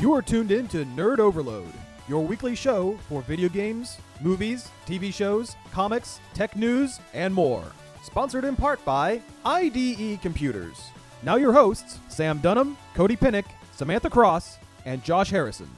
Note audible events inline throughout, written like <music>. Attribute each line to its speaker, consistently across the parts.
Speaker 1: You are tuned in to Nerd Overload, your weekly show for video games, movies, TV shows, comics, tech news, and more. Sponsored in part by IDE Computers. Now, your hosts, Sam Dunham, Cody Pinnick, Samantha Cross, and Josh Harrison.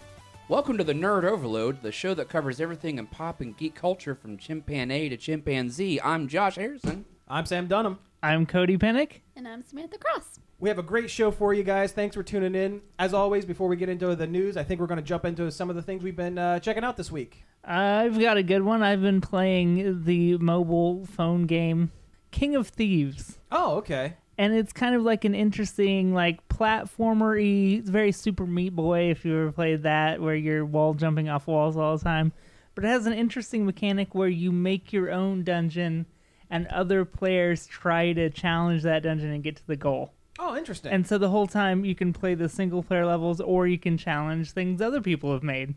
Speaker 2: Welcome to the Nerd Overload, the show that covers everything in pop and geek culture from chimpanzee to chimpanzee. I'm Josh Harrison.
Speaker 1: I'm Sam Dunham.
Speaker 3: I'm Cody Pennick.
Speaker 4: And I'm Samantha Cross.
Speaker 1: We have a great show for you guys. Thanks for tuning in. As always, before we get into the news, I think we're going to jump into some of the things we've been uh, checking out this week.
Speaker 3: I've got a good one. I've been playing the mobile phone game King of Thieves,
Speaker 1: Oh, okay.
Speaker 3: and it's kind of like an interesting, like platformer-y, it's very Super Meat Boy if you ever played that, where you're wall jumping off walls all the time. But it has an interesting mechanic where you make your own dungeon, and other players try to challenge that dungeon and get to the goal.
Speaker 1: Oh, interesting.
Speaker 3: And so the whole time you can play the single player levels or you can challenge things other people have made.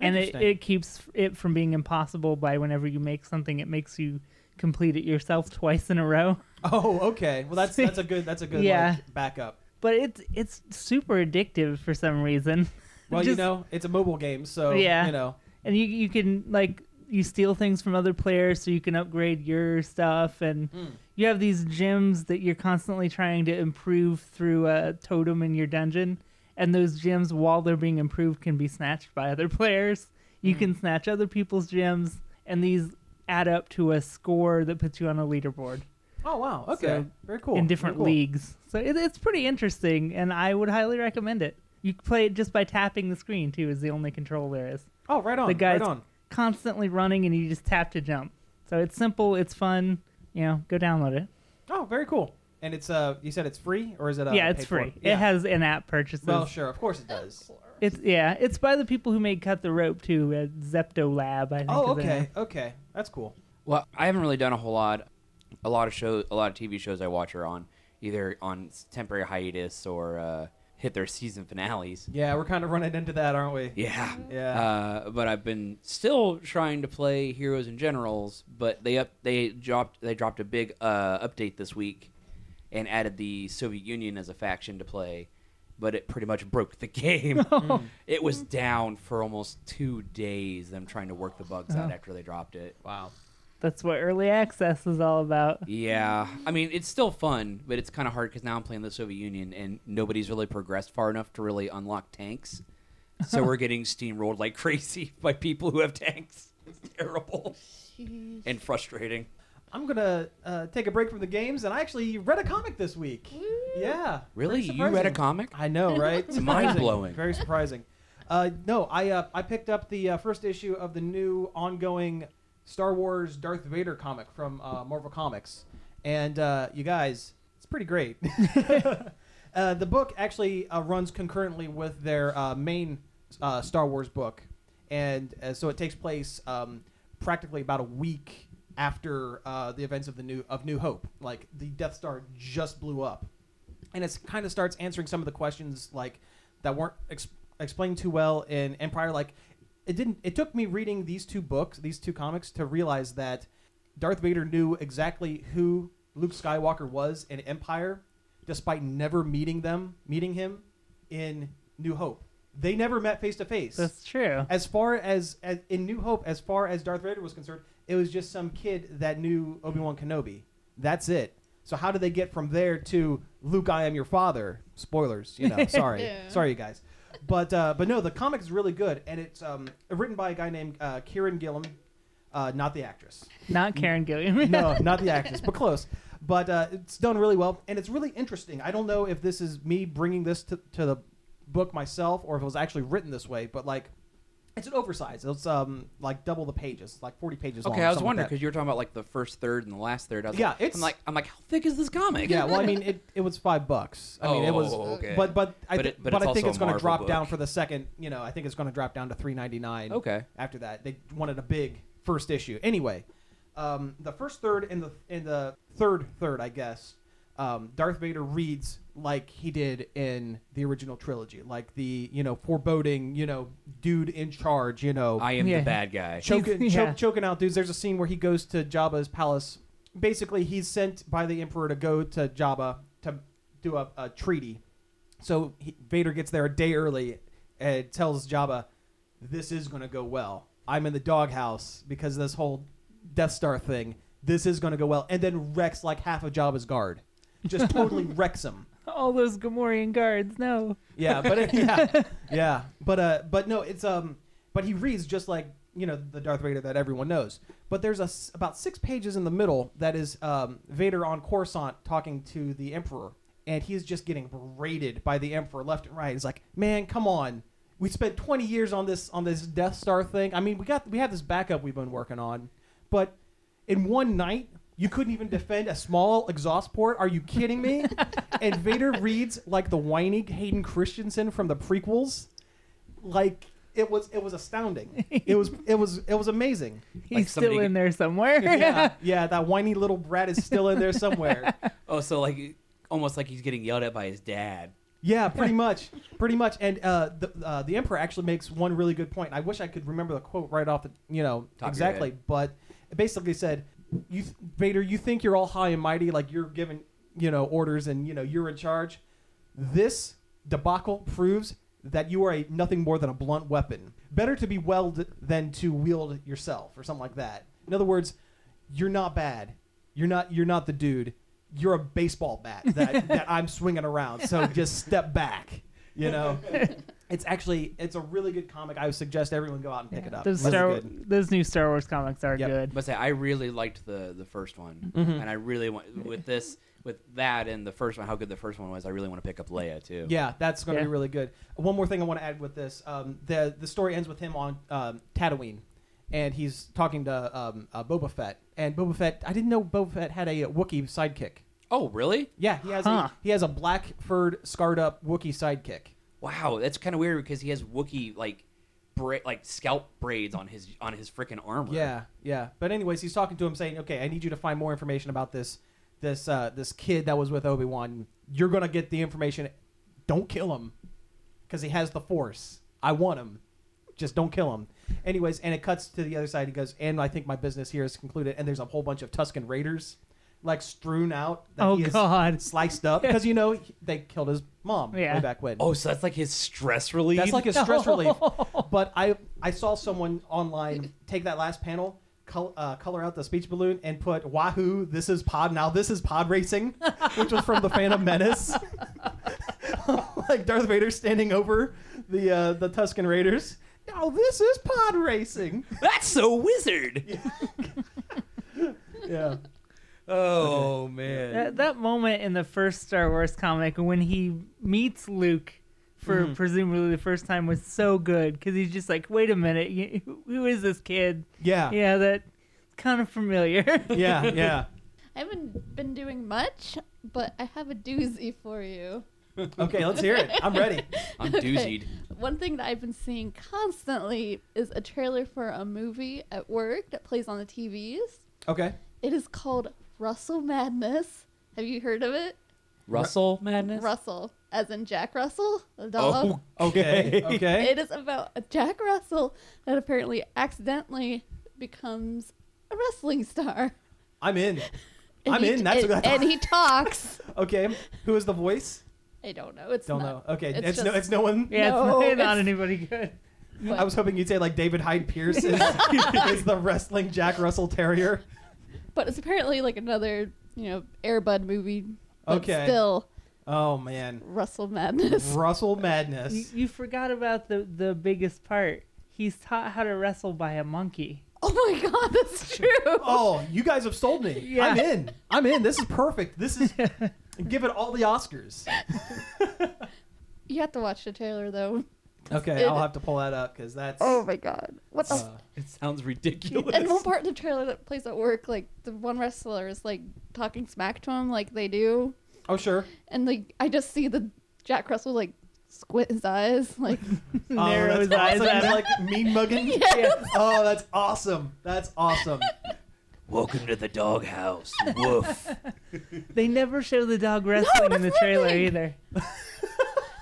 Speaker 3: And it,
Speaker 1: Interesting.
Speaker 3: it keeps it from being impossible by whenever you make something, it makes you complete it yourself twice in a row.
Speaker 1: oh, okay. Well, that's that's a good that's a good
Speaker 3: Yeah.
Speaker 1: like, backup.
Speaker 3: But it's it's super addictive for some reason. <laughs>
Speaker 1: Well, you
Speaker 3: Just-
Speaker 1: know, it's a mobile game, so
Speaker 3: Yeah.
Speaker 1: you know.
Speaker 3: and you you can like you steal things from other players so you can upgrade your stuff and
Speaker 1: Hmm.
Speaker 3: you have these gems that you're constantly trying to improve through a totem in your dungeon and those gems while they're being improved can be snatched by other <laughs> players you
Speaker 1: Hmm.
Speaker 3: can snatch other people's gems and these add up to a score that puts you on a leaderboard
Speaker 1: Oh wow, okay,
Speaker 3: So,
Speaker 1: very cool.
Speaker 3: in
Speaker 1: very
Speaker 3: different
Speaker 1: cool.
Speaker 3: leagues so it, it's pretty interesting and i would highly recommend it you can play it just by tapping the screen too is the only control there is
Speaker 1: Oh, right on.
Speaker 3: the guy's
Speaker 1: right on.
Speaker 3: constantly running and you just tap to jump. So it's simple, it's fun. You know, go download it.
Speaker 1: Oh, very cool. And it's uh, you said it's free or is it? Uh,
Speaker 3: yeah, it's
Speaker 1: paid for?
Speaker 3: free.
Speaker 1: Yeah.
Speaker 3: It has in-app purchases.
Speaker 1: Well, sure, of course it does.
Speaker 3: it's yeah, it's by the people who made Cut the Rope too, at Zepto Lab. I think.
Speaker 1: Oh,
Speaker 3: is their name.
Speaker 1: okay, okay, that's cool.
Speaker 2: Well, I haven't really done a whole lot. A lot of shows, a lot of TV shows I watch are on either on temporary hiatus or uh, hit their season finales.
Speaker 1: Yeah, we're kind of running into that, aren't we?
Speaker 2: Yeah.
Speaker 1: Yeah.
Speaker 2: Uh, but I've been still trying to play Heroes and Generals, but they up they dropped they dropped a big uh, update this week and added the Soviet Union as a faction to play, but it pretty much broke the <laughs> game. It was down for almost two days. Them trying to work the bugs out after they dropped it.
Speaker 1: wow.
Speaker 3: That's what early access is all about.
Speaker 2: Yeah, I mean it's still fun, but it's kind of hard because now I'm playing the Soviet Union and nobody's really progressed far enough to really unlock tanks. So
Speaker 1: <laughs>
Speaker 2: we're getting steamrolled like crazy <laughs> by people who have tanks. It's terrible <laughs> and frustrating.
Speaker 1: I'm gonna uh, take a break from the games, and I actually read a comic this week. Yeah.
Speaker 2: Really,
Speaker 1: very
Speaker 2: you read a
Speaker 1: surprising.
Speaker 2: comic?
Speaker 1: I know, right?
Speaker 2: It's mind-blowing.
Speaker 1: Very surprising. Uh, no, I uh, I picked up the uh, first issue of the new ongoing Star Wars Darth Vader comic from uh, Marvel Comics, and uh, you guys, it's pretty great. <laughs> uh, the book actually uh, runs concurrently with their uh, main uh, Star Wars book, and uh, so it takes place um, practically about a week after uh, the events of the new of New Hope. Like the Death Star just blew up, and it's kind of starts answering some of the questions like that weren't ex- explained too well in Empire. Like it didn't. It took me reading these two books, these two comics, to realize that Darth Vader knew exactly who Luke Skywalker was in Empire, despite never meeting them, meeting him in New Hope. They never met face to face
Speaker 3: That's true.
Speaker 1: as far as, as in New Hope, as far as Darth Vader was concerned, it was just some kid that knew Obi Wan Kenobi. That's it. So how do they get from there to Luke? I am your father. Spoilers, you know. Sorry,
Speaker 4: Yeah.
Speaker 1: sorry, you guys. But uh, but no, the comic is really good, and it's um, written by a guy named uh, Kieran Gillen, uh, not the actress
Speaker 3: Not
Speaker 2: <laughs>
Speaker 3: Karen Gilliam. <laughs>
Speaker 1: no, not the actress, but close. But uh, it's done really well, and it's really interesting. I don't know if this is me bringing this to, to the book myself, or if it was actually written this way. But like, it's an oversize. It's um like double the pages, like forty pages. long
Speaker 2: Okay,
Speaker 1: or
Speaker 2: I was
Speaker 1: something
Speaker 2: wondering
Speaker 1: like that.
Speaker 2: because you were talking about like the first third and the last third. I was
Speaker 1: Yeah,
Speaker 2: like,
Speaker 1: it's-
Speaker 2: I'm like I'm like how thick is this comic?
Speaker 1: yeah, well, I mean, it, it was five bucks. I mean, it was,
Speaker 2: Oh, okay.
Speaker 1: but but I
Speaker 2: But
Speaker 1: thi-
Speaker 2: it- but
Speaker 1: but
Speaker 2: it's
Speaker 1: I think
Speaker 2: also
Speaker 1: it's
Speaker 2: a
Speaker 1: going to
Speaker 2: Marvel
Speaker 1: drop
Speaker 2: book.
Speaker 1: down for the second. You know, I think it's going to drop down to three ninety nine.
Speaker 2: <laughs> Okay.
Speaker 1: After that, they wanted a big first issue. Anyway, um, the first third and the in the third third, I guess, um, Darth Vader reads like he did in the original trilogy, like the you know foreboding, you know, dude in charge, you know,
Speaker 2: I am
Speaker 3: Yeah.
Speaker 2: the bad guy.
Speaker 1: choking,
Speaker 3: He's- yeah.
Speaker 1: choke, choking out dudes. There's a scene where he goes to Jabba's palace. Basically, he's sent by the emperor to go to Jabba to do a, a treaty. So he, Vader gets there a day early, and tells Jabba, "This is going to go well. I'm in the doghouse because of this whole Death Star thing. This is going to go well." And then wrecks like half of Jabba's guard, just
Speaker 3: <laughs>
Speaker 1: totally wrecks him.
Speaker 3: All those Gamorrean guards, no.
Speaker 1: Yeah, but it, yeah, yeah, but uh, but no, it's um, but he reads just like you know the Darth Vader that everyone knows. But there's a s- about six pages in the middle that is um, Vader on Coruscant talking to the Emperor, and he's just getting berated by the Emperor left and right. He's like, "Man, come on." We spent 20 years on this on this Death Star thing. I mean, we got we had this backup we've been working on, but in one night you couldn't even defend a small exhaust port. Are you kidding me? and Vader reads like the whiny Hayden Christensen from the prequels. Like it was it was astounding. It was it was it was amazing.
Speaker 3: He's still
Speaker 2: somebody-
Speaker 3: in there
Speaker 1: <laughs>
Speaker 3: somewhere.
Speaker 1: Yeah, yeah, that whiny little brat is still in there somewhere.
Speaker 2: Oh, so like almost like he's getting yelled at by his dad.
Speaker 1: Yeah, pretty much, pretty much. And uh, the uh, the emperor actually makes one really good point. I wish I could remember the quote right off the you know
Speaker 2: Top of your
Speaker 1: exactly, but it basically said, "You th- Vader, you think you're all high and mighty, like you're giving you know orders and you know you're in charge. This debacle proves that you are a nothing more than a blunt weapon. Better to be wielded than to wield yourself, or something like that. In other words, you're not bad. You're not you're not the dude. You're a baseball bat
Speaker 3: <laughs>
Speaker 1: that, that I'm swinging around. So just step back. You
Speaker 3: <laughs>
Speaker 1: know, it's actually it's a really good comic. I would suggest everyone go out and pick it up.
Speaker 3: Those
Speaker 1: Really
Speaker 3: Star
Speaker 1: good.
Speaker 3: those new Star Wars comics are
Speaker 1: Yep.
Speaker 3: good.
Speaker 2: But say I really liked the the first one,
Speaker 1: Mhm.
Speaker 2: and I really want with this with that and the first one how good the first one was. I really want to pick up Leia too.
Speaker 1: Yeah, that's going to
Speaker 3: Yeah.
Speaker 1: be really good. One more thing I want to add with this: um, the the story ends with him on um, Tatooine, and he's talking to um, uh, Boba Fett. And Boba Fett, I didn't know Boba Fett had a, uh Wookiee sidekick.
Speaker 2: Oh, really?
Speaker 1: Yeah, he has
Speaker 3: Huh.
Speaker 1: a, he has a black furred, scarred up Wookiee sidekick.
Speaker 2: Wow, that's kind of weird because he has Wookiee like bra- like scalp braids on his on his freaking armor.
Speaker 1: Yeah, yeah. But anyways, he's talking to him, saying, "Okay, I need you to find more information about this this uh, this kid that was with Obi Wan. You're gonna get the information. Don't kill him, because he has the Force. I want him. Just don't kill him." Anyways, and it cuts to the other side. He goes, "And I think my business here is concluded." And there's a whole bunch of Tuscan Raiders, like strewn out. That
Speaker 3: Oh
Speaker 1: he has
Speaker 3: God.
Speaker 1: Sliced up because you know he- they killed his mom
Speaker 3: Yeah.
Speaker 1: way back when.
Speaker 2: Oh, so that's like his stress relief.
Speaker 1: That's like a stress relief. But I I saw someone online take that last panel, col- uh, color out the speech balloon, and put "Wahoo! This is pod now. This is pod racing," <laughs> which was from the Phantom Menace. <laughs> like Darth Vader standing over the uh, the Tuscan Raiders. Now this is pod racing.
Speaker 2: <laughs>
Speaker 1: <laughs>
Speaker 2: that's so wizard.
Speaker 1: Yeah.
Speaker 2: Oh man.
Speaker 3: That, that moment in the first Star Wars comic when he meets Luke for
Speaker 1: Mm-hmm.
Speaker 3: presumably the first time was so good because he's just like, wait a minute, you, who- who is this kid?
Speaker 1: Yeah. Yeah.
Speaker 3: Yeah, that kind of familiar. <laughs>
Speaker 1: Yeah.
Speaker 4: I haven't been doing much, but I have a doozy for you.
Speaker 1: Okay, let's hear it. I'm ready.
Speaker 2: I'm
Speaker 4: <laughs> Okay.
Speaker 2: doozied.
Speaker 4: One thing that I've been seeing constantly is a trailer for a movie at work that plays on the TVs.
Speaker 1: Okay.
Speaker 4: It is called Russell Madness. Have you heard of it?
Speaker 2: Russell Madness.
Speaker 4: Russell, as in Jack Russell, the dog.
Speaker 2: Oh, <laughs>
Speaker 1: Okay. Okay.
Speaker 4: It is about a Jack Russell that apparently accidentally becomes a wrestling star.
Speaker 1: I'm in.
Speaker 4: And
Speaker 1: I'm
Speaker 4: he-
Speaker 1: in. That's
Speaker 4: and,
Speaker 1: what I thought.
Speaker 4: and he
Speaker 1: <laughs>
Speaker 4: talks.
Speaker 1: Okay. Who is the voice?
Speaker 4: I don't know. It's
Speaker 1: Don't know.
Speaker 4: not,
Speaker 1: Okay. It's,
Speaker 4: It's
Speaker 1: no.
Speaker 4: just-
Speaker 1: It's no one.
Speaker 3: yeah, it's
Speaker 4: No,
Speaker 3: not,
Speaker 4: it's-
Speaker 3: anybody good.
Speaker 4: but-
Speaker 1: I was hoping you'd say like David Hyde Pierce
Speaker 3: <laughs>
Speaker 1: is, is the wrestling Jack Russell Terrier.
Speaker 4: But it's apparently like another, you know, Airbud movie. But
Speaker 1: Okay.
Speaker 4: Still,
Speaker 1: Oh man,
Speaker 4: Russell Madness. <laughs>
Speaker 1: Russell
Speaker 3: You,
Speaker 1: Madness.
Speaker 3: you forgot about the, the biggest part. He's taught how to wrestle by a monkey. <laughs>
Speaker 4: Oh my God,
Speaker 1: <laughs>
Speaker 4: that's true.
Speaker 1: Oh, you guys have sold me.
Speaker 3: Yeah.
Speaker 1: I'm in. I'm in. This is perfect. This is
Speaker 3: Oh,
Speaker 1: give it all the Oscars.
Speaker 4: You have to watch the trailer though.
Speaker 1: Okay,
Speaker 4: It-
Speaker 1: I'll have to pull that up because that's.
Speaker 4: Oh my God, what
Speaker 1: <laughs>
Speaker 4: the?
Speaker 1: uh,
Speaker 2: It sounds ridiculous.
Speaker 4: and one part of the trailer that plays at work, like the one wrestler is like talking smack to him, like they do,
Speaker 1: oh sure.
Speaker 4: and like I just see the Jack Russell like squint his
Speaker 1: <laughs>
Speaker 4: eyes, <laughs> like
Speaker 1: oh,
Speaker 3: Narrow his
Speaker 1: that's
Speaker 3: eyes
Speaker 1: awesome.
Speaker 3: at
Speaker 1: He's
Speaker 3: him.
Speaker 1: like mean mugging.
Speaker 4: Yes.
Speaker 1: Oh, that's awesome. That's awesome.
Speaker 2: Welcome to the doghouse.
Speaker 4: <laughs>
Speaker 2: Woof.
Speaker 3: <laughs> They never show the dog wrestling in the
Speaker 4: that's
Speaker 3: trailer
Speaker 4: nothing.
Speaker 3: either.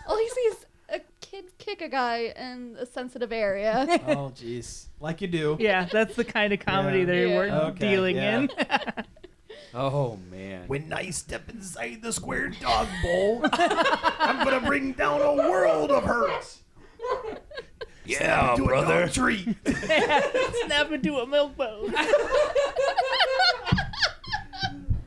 Speaker 4: all he sees a kid kick a guy in a sensitive area.
Speaker 1: <laughs> Oh jeez, like you do.
Speaker 3: Yeah, that's the kind of comedy
Speaker 1: Yeah.
Speaker 3: they
Speaker 4: Yeah.
Speaker 3: were
Speaker 1: Okay,
Speaker 3: dealing
Speaker 1: yeah.
Speaker 3: in.
Speaker 2: Oh man.
Speaker 1: When I step inside the <laughs> square dog bowl, I'm gonna bring down a world of hurt.
Speaker 2: Yeah, brother.
Speaker 1: tree.
Speaker 3: Snap into a milk
Speaker 4: <laughs>
Speaker 3: bone.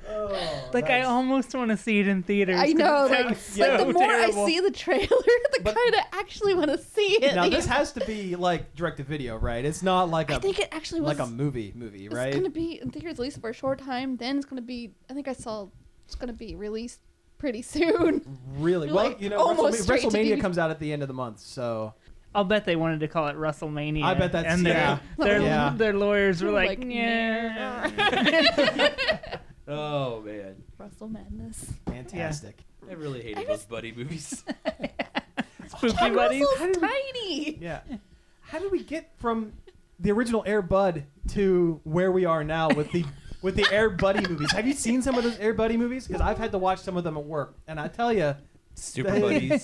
Speaker 1: Oh,
Speaker 3: Like I almost want to see it in theaters.
Speaker 4: I
Speaker 3: 'cause
Speaker 4: know.
Speaker 3: it
Speaker 1: <laughs>
Speaker 4: Like,
Speaker 3: sounds
Speaker 4: like,
Speaker 3: so
Speaker 4: the more
Speaker 3: terrible.
Speaker 4: I see the trailer, <laughs> the
Speaker 1: But-
Speaker 4: kind of actually want to see it.
Speaker 1: Now
Speaker 4: <laughs>
Speaker 1: this has to be like direct to video, right? It's not like
Speaker 4: I
Speaker 1: a
Speaker 4: think it actually was
Speaker 1: like a movie movie, right?
Speaker 4: It's gonna be in theaters at least for a short time. Then it's gonna be. I think I saw it's gonna be released pretty <laughs> soon.
Speaker 1: really well,
Speaker 4: like,
Speaker 1: you know,
Speaker 4: almost
Speaker 1: WrestleMania,
Speaker 4: straight to
Speaker 1: WrestleMania
Speaker 4: DVD.
Speaker 1: comes out at the end of the month, so
Speaker 3: I'll bet they wanted to call it WrestleMania.
Speaker 1: I bet that's-
Speaker 3: and their,
Speaker 1: yeah.
Speaker 3: Their,
Speaker 1: Yeah.
Speaker 3: their lawyers were like,
Speaker 4: Like,
Speaker 3: yeah.
Speaker 2: <laughs> Oh man,
Speaker 4: Russell Madness.
Speaker 1: fantastic.
Speaker 2: I really hated
Speaker 4: I
Speaker 2: those buddy movies.
Speaker 3: <laughs> Spooky
Speaker 4: Chuck
Speaker 3: buddies.
Speaker 4: Russell's tiny.
Speaker 1: Yeah. How did we get from the original Air Bud to where we are now with the with the Air Buddy movies? Have you seen some of those Air Buddy movies? Because I've had to watch some of them at work, and I tell you,
Speaker 2: Super buddies,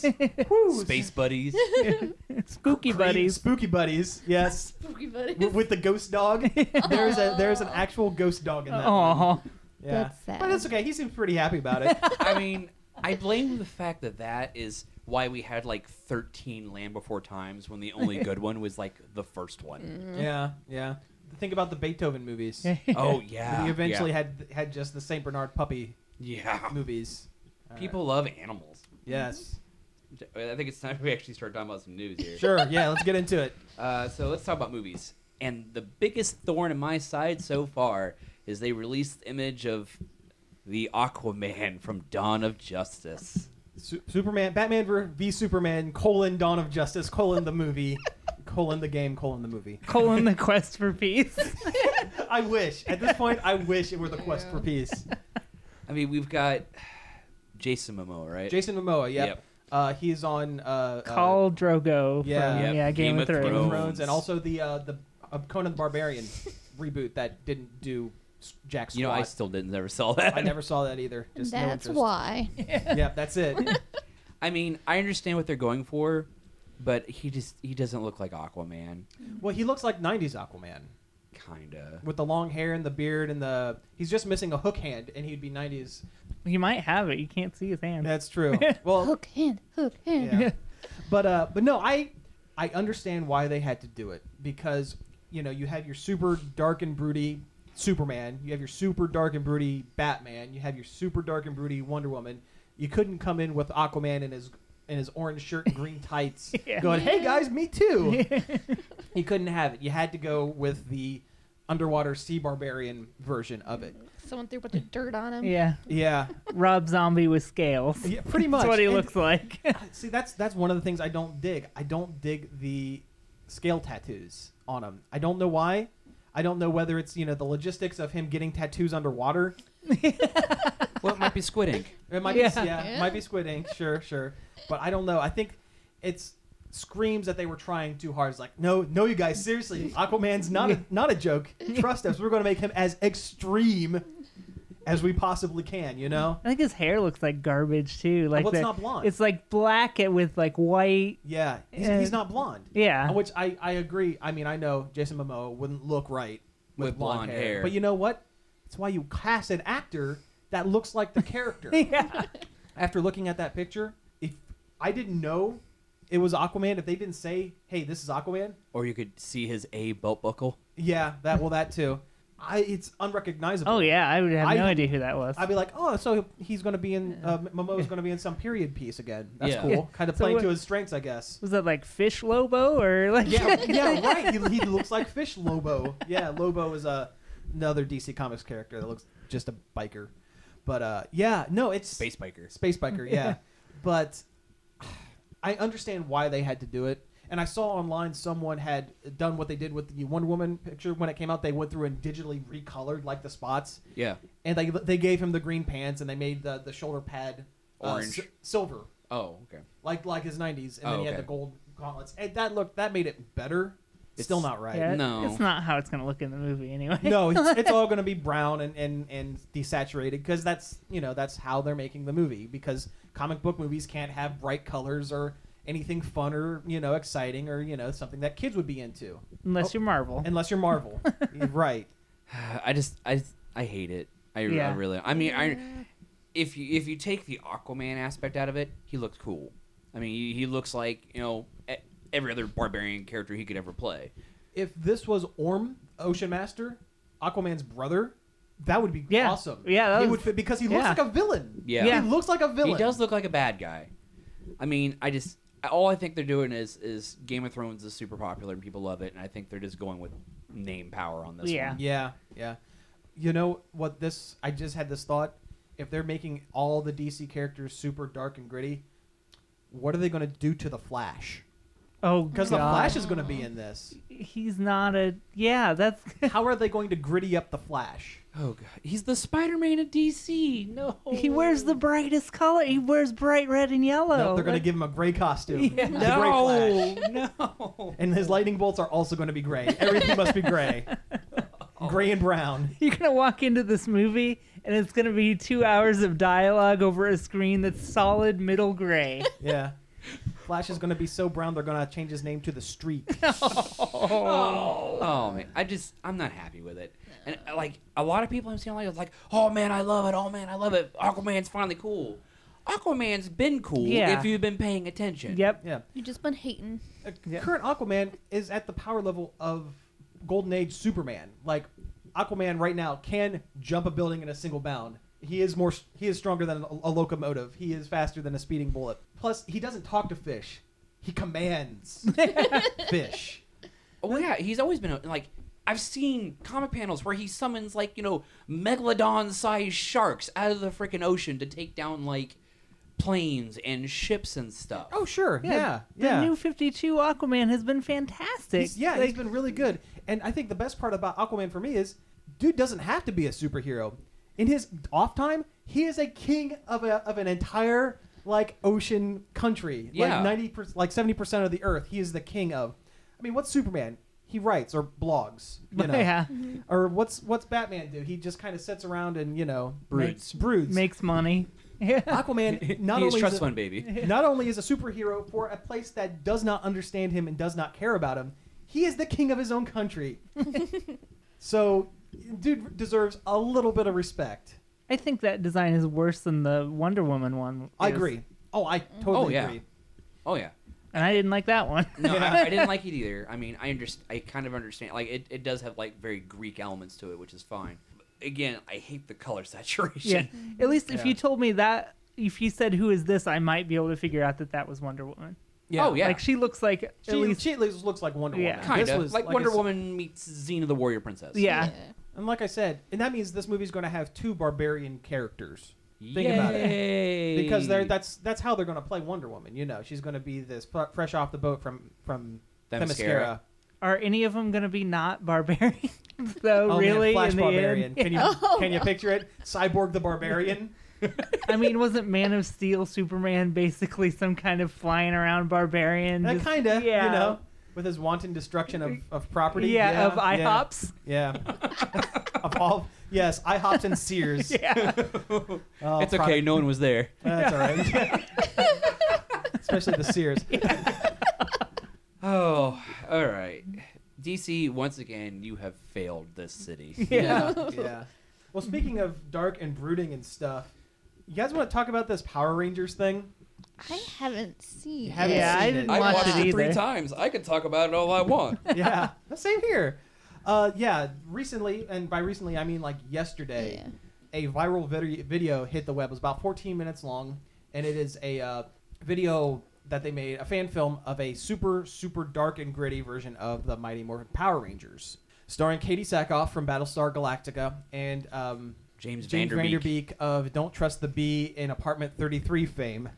Speaker 2: space buddies.
Speaker 3: <laughs>
Speaker 4: <laughs>
Speaker 3: Spooky buddies.
Speaker 1: spooky buddies. Yes,
Speaker 4: Spooky buddies.
Speaker 1: W- with the ghost
Speaker 4: <laughs>
Speaker 1: dog. <laughs> There's a there's an actual ghost dog in that. one.
Speaker 3: Oh,
Speaker 1: Yeah.
Speaker 4: That's sad.
Speaker 1: But that's okay. He seems pretty happy about it.
Speaker 2: I mean, I blame the fact that that is why we had like 13 Land Before Times when the only
Speaker 1: <laughs>
Speaker 2: good one was like the first one.
Speaker 1: yeah, yeah. Think about the Beethoven movies.
Speaker 2: Oh Mm-hmm. yeah.
Speaker 1: we eventually
Speaker 2: yeah.
Speaker 1: had had just the Saint Bernard puppy
Speaker 2: Yeah.
Speaker 1: movies. All right.
Speaker 2: People love animals.
Speaker 1: Yes.
Speaker 2: I think it's time we actually start talking about some news here.
Speaker 1: Sure. Yeah. Let's get into it.
Speaker 2: Uh, so let's talk about movies. And the biggest thorn in my side so far is they released the image of the Aquaman from Dawn of Justice.
Speaker 1: Su- Superman, Batman ver- v Superman: colon Dawn of Justice: colon the movie, colon the game, colon the movie.
Speaker 3: colon the quest
Speaker 1: <laughs>
Speaker 3: for peace.
Speaker 1: Uh, I wish at this point, I wish it were the quest for peace.
Speaker 2: I mean, we've got Jason Momoa, right?
Speaker 1: Jason Momoa, yep. Uh, he's on uh,
Speaker 3: Call Drogo.
Speaker 1: yeah.
Speaker 3: from,
Speaker 1: Yep.
Speaker 3: yeah, Game, of Thrones.
Speaker 1: uh, Game of
Speaker 2: Thrones.
Speaker 1: Thrones, and also the uh, the uh, Conan the Barbarian <laughs> reboot that didn't do s- jack squat.
Speaker 2: You know, I still didn't never saw that.
Speaker 1: I never saw that either. Just no
Speaker 4: That's
Speaker 1: interest.
Speaker 4: why.
Speaker 1: <laughs> Yeah, that's it.
Speaker 2: <laughs> I mean, I understand what they're going for, but he just he doesn't look like Aquaman,
Speaker 1: well, he looks like '90s Aquaman
Speaker 2: kinda.
Speaker 1: with the long hair and the beard and the. He's just missing a hook hand, and he'd be '90s.
Speaker 3: He might have it. You can't see his hand.
Speaker 1: That's true. Well,
Speaker 4: Hook hand. Hook hand.
Speaker 1: Yeah. <laughs> but uh, but no, I I understand why they had to do it because you know you have your super dark and broody Superman, you have your super dark and broody Batman, you have your super dark and broody Wonder Woman. You couldn't come in with Aquaman in his in his orange shirt and
Speaker 3: <laughs>
Speaker 1: green tights,
Speaker 3: Yeah.
Speaker 1: going, "Hey guys, me too." <laughs> you couldn't have it. You had to go with the underwater sea barbarian version of it.
Speaker 4: Someone threw a bunch of dirt on him.
Speaker 3: yeah.
Speaker 1: Yeah,
Speaker 3: Rob Zombie with scales.
Speaker 1: yeah pretty much.
Speaker 3: That's what he
Speaker 1: And-
Speaker 3: looks like.
Speaker 1: See, that's that's one of the things I don't dig. I don't dig the scale tattoos on him. I don't know why. I don't know whether it's you know the logistics of him getting tattoos underwater. <laughs>
Speaker 2: well, it might be Squid Ink.
Speaker 1: It might
Speaker 3: Yeah.
Speaker 1: be yeah,
Speaker 4: Yeah.
Speaker 1: might be squid ink. Sure, sure. But I don't know. I think it's screams that they were trying too hard. It's like no, no, you guys, seriously, Aquaman's not
Speaker 3: <laughs>
Speaker 1: a, not a joke. Trust us, we're going to make him as extreme as we possibly can. You know,
Speaker 3: I think his hair looks like garbage too. Like
Speaker 1: well, it's
Speaker 3: the-
Speaker 1: Oh, not blonde.
Speaker 3: It's like black and with like white.
Speaker 1: yeah, he's,
Speaker 3: Uh,
Speaker 1: he's not blonde.
Speaker 3: Yeah. <laughs>
Speaker 1: Which I, I agree. I mean, I know Jason Momoa wouldn't look right with,
Speaker 2: With
Speaker 1: blonde,
Speaker 2: blonde
Speaker 1: hair.
Speaker 2: hair.
Speaker 1: But you know what? That's why you cast an actor that looks like the character.
Speaker 3: <laughs> yeah.
Speaker 1: After looking at that picture, if I didn't know it was Aquaman, if they didn't say, "Hey, this is Aquaman,"
Speaker 2: Or you could see his A belt buckle.
Speaker 1: yeah, that well, that too. I it's unrecognizable.
Speaker 3: Oh yeah, I would have
Speaker 1: I-
Speaker 3: no idea who that was.
Speaker 1: I'd be like, oh, so he's going to be in, uh, Momoa's going to be in some period piece again. That's
Speaker 2: Yeah.
Speaker 1: cool. Kind of
Speaker 3: So
Speaker 1: playing
Speaker 3: what-
Speaker 1: to his strengths, I guess.
Speaker 3: was that like Fish Lobo or like?
Speaker 1: yeah, yeah, right. He, he looks like Fish Lobo. Yeah, Lobo is a, another DC Comics character that looks just a biker. But uh, yeah, no, it's
Speaker 2: Space bikers.
Speaker 1: space biker. Yeah,
Speaker 2: <laughs>
Speaker 1: but I understand why they had to do it. And I saw online someone had done what they did with the Wonder Woman picture when it came out. They went through and digitally recolored like the spots,
Speaker 2: Yeah.
Speaker 1: and they they gave him the green pants, and they made the the shoulder pad uh,
Speaker 2: Orange.
Speaker 1: si- silver
Speaker 2: Oh, okay.
Speaker 1: like like his 90s and
Speaker 2: Oh,
Speaker 1: then he
Speaker 2: okay.
Speaker 1: had the gold gauntlets and that looked that made it better
Speaker 2: It's-
Speaker 1: still not right
Speaker 3: <laughs> Yeah,
Speaker 2: No.
Speaker 3: It's not how it's gonna look in the movie anyway.
Speaker 1: <laughs> no it's, it's all going to be brown and and and desaturated because that's you know that's how they're making the movie because comic book movies can't have bright colors or anything fun or you know exciting or you know something that kids would be into
Speaker 3: <laughs> Unless
Speaker 1: Oh.
Speaker 3: you're Marvel.
Speaker 1: unless you're
Speaker 3: <laughs>
Speaker 1: marvel right
Speaker 2: <sighs> I just I I hate it. I, I
Speaker 3: Yeah.
Speaker 2: really. I mean, I if you if you take the Aquaman aspect out of it, he looks cool. I mean, he, he looks like you know. e- every other barbarian character he could ever play.
Speaker 1: If this was Orm, Ocean Master, Aquaman's brother, that would be
Speaker 3: Yeah.
Speaker 1: awesome.
Speaker 3: Yeah, that
Speaker 1: he
Speaker 3: was-
Speaker 1: would fit because he looks
Speaker 3: yeah.
Speaker 1: like a villain.
Speaker 2: Yeah.
Speaker 3: Yeah.
Speaker 1: he looks like a villain.
Speaker 2: He does look like a bad guy. I mean, I just all I think they're doing is is Game of Thrones is super popular and people love it, and I think they're just going with name power on this.
Speaker 3: Yeah.
Speaker 2: one.
Speaker 1: Yeah, yeah. You know what? This I just had this thought. If they're making all the DC characters super dark and gritty, what are they going to do to the Flash?
Speaker 3: Oh,
Speaker 1: Because the
Speaker 3: God.
Speaker 1: Flash is going to be in this.
Speaker 3: He's not a. Yeah, that's. <laughs>
Speaker 1: How are they going to gritty up the Flash?
Speaker 2: Oh god, he's the Spider Man of DC. No,
Speaker 3: he
Speaker 2: <laughs>
Speaker 3: wears the brightest color. He wears bright red and yellow.
Speaker 1: No, they're going to
Speaker 3: Like,
Speaker 1: give him a gray costume.
Speaker 3: Yeah. <laughs>
Speaker 1: The gray Flash.
Speaker 2: no, <laughs> no.
Speaker 1: And his lightning bolts are also going to be gray. Everything must be gray. Gray and brown.
Speaker 3: You're gonna walk into this movie and it's gonna be two hours of dialogue over a screen that's solid middle gray.
Speaker 1: <laughs> Yeah. Flash is going to be so brown they're going to change his name to the Streak.
Speaker 2: Oh. man, I just I'm not happy with it. And uh, like a lot of people I'm seeing like it's like, oh man, I love it. Oh man, I love it. Aquaman's finally cool. Aquaman's been cool
Speaker 3: Yeah.
Speaker 2: if you've been paying attention.
Speaker 3: yep.
Speaker 1: Yeah.
Speaker 4: You've just been hating.
Speaker 1: Uh,
Speaker 3: Yeah.
Speaker 1: current Aquaman is at the power level of Golden Age Superman. Like Aquaman right now can jump a building in a single bound. He is more. He is stronger than a, a locomotive. He is faster than a speeding bullet. Plus, he doesn't talk to fish. He
Speaker 3: <laughs>
Speaker 1: commands fish.
Speaker 2: Well, Oh, yeah, he's always been like I've seen comic panels where he summons like you know megalodon-sized sharks out of the freaking ocean to take down like planes and ships and stuff.
Speaker 1: Oh sure, yeah,
Speaker 3: The
Speaker 1: yeah.
Speaker 3: new 52 Aquaman has been fantastic.
Speaker 1: He's- yeah, he's been really good. And I think the best part about Aquaman for me is, dude doesn't have to be a superhero. In his off time, he is a king of a of an entire like ocean country.
Speaker 2: Yeah.
Speaker 1: Like ninety percent, like seventy percent of the earth, he is the king of. I mean, what's Superman? He writes or blogs, you know.
Speaker 3: Yeah.
Speaker 1: Or what's what's Batman do? He just kind of sits around and you know
Speaker 2: Broods.
Speaker 1: broods.
Speaker 3: <laughs> Makes money. Yeah.
Speaker 2: <laughs>
Speaker 1: Aquaman not
Speaker 2: he's
Speaker 1: only
Speaker 2: trust
Speaker 1: is a-
Speaker 2: fund baby.
Speaker 1: <laughs> not only is a superhero for a place that does not understand him and does not care about him, he is the king of his own
Speaker 3: <laughs>
Speaker 1: country. so, dude deserves a little bit of respect.
Speaker 3: I think that design is worse than the Wonder Woman one.
Speaker 1: I
Speaker 3: is.
Speaker 1: agree. Oh, I
Speaker 3: Mm-hmm.
Speaker 1: totally
Speaker 2: Oh, yeah.
Speaker 1: agree.
Speaker 2: Oh yeah.
Speaker 3: And I didn't like that one. <laughs>
Speaker 2: No, I,
Speaker 1: <laughs>
Speaker 2: I didn't like it either. I mean, I underst- I kind of understand. Like, it, it does have like very Greek elements to it, which is fine. Again, I hate the color <laughs>
Speaker 3: yeah.
Speaker 2: saturation.
Speaker 3: At least if
Speaker 1: Yeah.
Speaker 3: you told me that, if you said who is this, I might be able to figure out that that was Wonder Woman.
Speaker 2: Oh yeah.
Speaker 3: Like she looks like at
Speaker 1: She,
Speaker 3: least.
Speaker 1: she at least looks like Wonder
Speaker 3: Yeah.
Speaker 1: Woman.
Speaker 2: kind
Speaker 1: This
Speaker 2: of
Speaker 1: was,
Speaker 2: like,
Speaker 1: I
Speaker 2: Wonder
Speaker 1: said-
Speaker 2: Woman meets Xena the Warrior Princess.
Speaker 3: Yeah.
Speaker 1: And like I said, and that means this movie's going to have two barbarian characters.
Speaker 2: Think
Speaker 1: about it.
Speaker 2: it.
Speaker 1: Because they're, that's that's how they're going to play Wonder Woman. You know, she's going to be this fr- fresh off the boat from from Themyscira.
Speaker 3: Oh,
Speaker 2: Themyscira.
Speaker 3: Are any of them going to be not barbarians <laughs> though?
Speaker 1: Oh, man,
Speaker 3: really?
Speaker 1: Flash
Speaker 3: in the
Speaker 1: Barbarian.
Speaker 3: <laughs> end? Oh.
Speaker 1: Can you can you picture it? Cyborg the Barbarian.
Speaker 3: I mean, wasn't Man of Steel Superman basically some kind of flying around barbarian?
Speaker 1: That
Speaker 3: Just-
Speaker 1: kind of,
Speaker 3: yeah.
Speaker 1: you know, with his wanton destruction of, of property.
Speaker 3: Yeah, of
Speaker 1: yeah,
Speaker 3: IHOPs.
Speaker 1: Yeah.
Speaker 3: <laughs>
Speaker 1: of all, yes, IHOPs and Sears.
Speaker 3: Yeah.
Speaker 1: Oh,
Speaker 2: <laughs>
Speaker 1: product-
Speaker 2: it's okay. No one was there.
Speaker 1: That's all right. <laughs> Especially the Sears.
Speaker 3: <laughs>
Speaker 2: Oh, all right. DC, once again, you have failed this city.
Speaker 1: <laughs> Yeah. yeah. Well, speaking of dark and brooding and stuff, you guys want to talk about this Power Rangers thing?
Speaker 3: <laughs>
Speaker 5: I haven't seen.
Speaker 1: You haven't
Speaker 3: Yeah, I
Speaker 1: seen
Speaker 3: didn't
Speaker 1: it.
Speaker 3: I watch watched it it three either.
Speaker 2: times. I could talk about it all
Speaker 1: <laughs>
Speaker 2: I want.
Speaker 1: yeah, the same here. Uh, yeah, recently, and by recently I mean like yesterday,
Speaker 4: Yeah.
Speaker 1: a viral vid- video hit the web. It was about 14 minutes long, and it is a uh, video that they made, a fan film of a super, super dark and gritty version of the Mighty Morphin Power Rangers, starring Katie Sackhoff from Battlestar Galactica and um,
Speaker 2: James,
Speaker 1: James
Speaker 2: Vanderbeek.
Speaker 1: Vanderbeek of Don't Trust the Bee in Apartment 33 fame.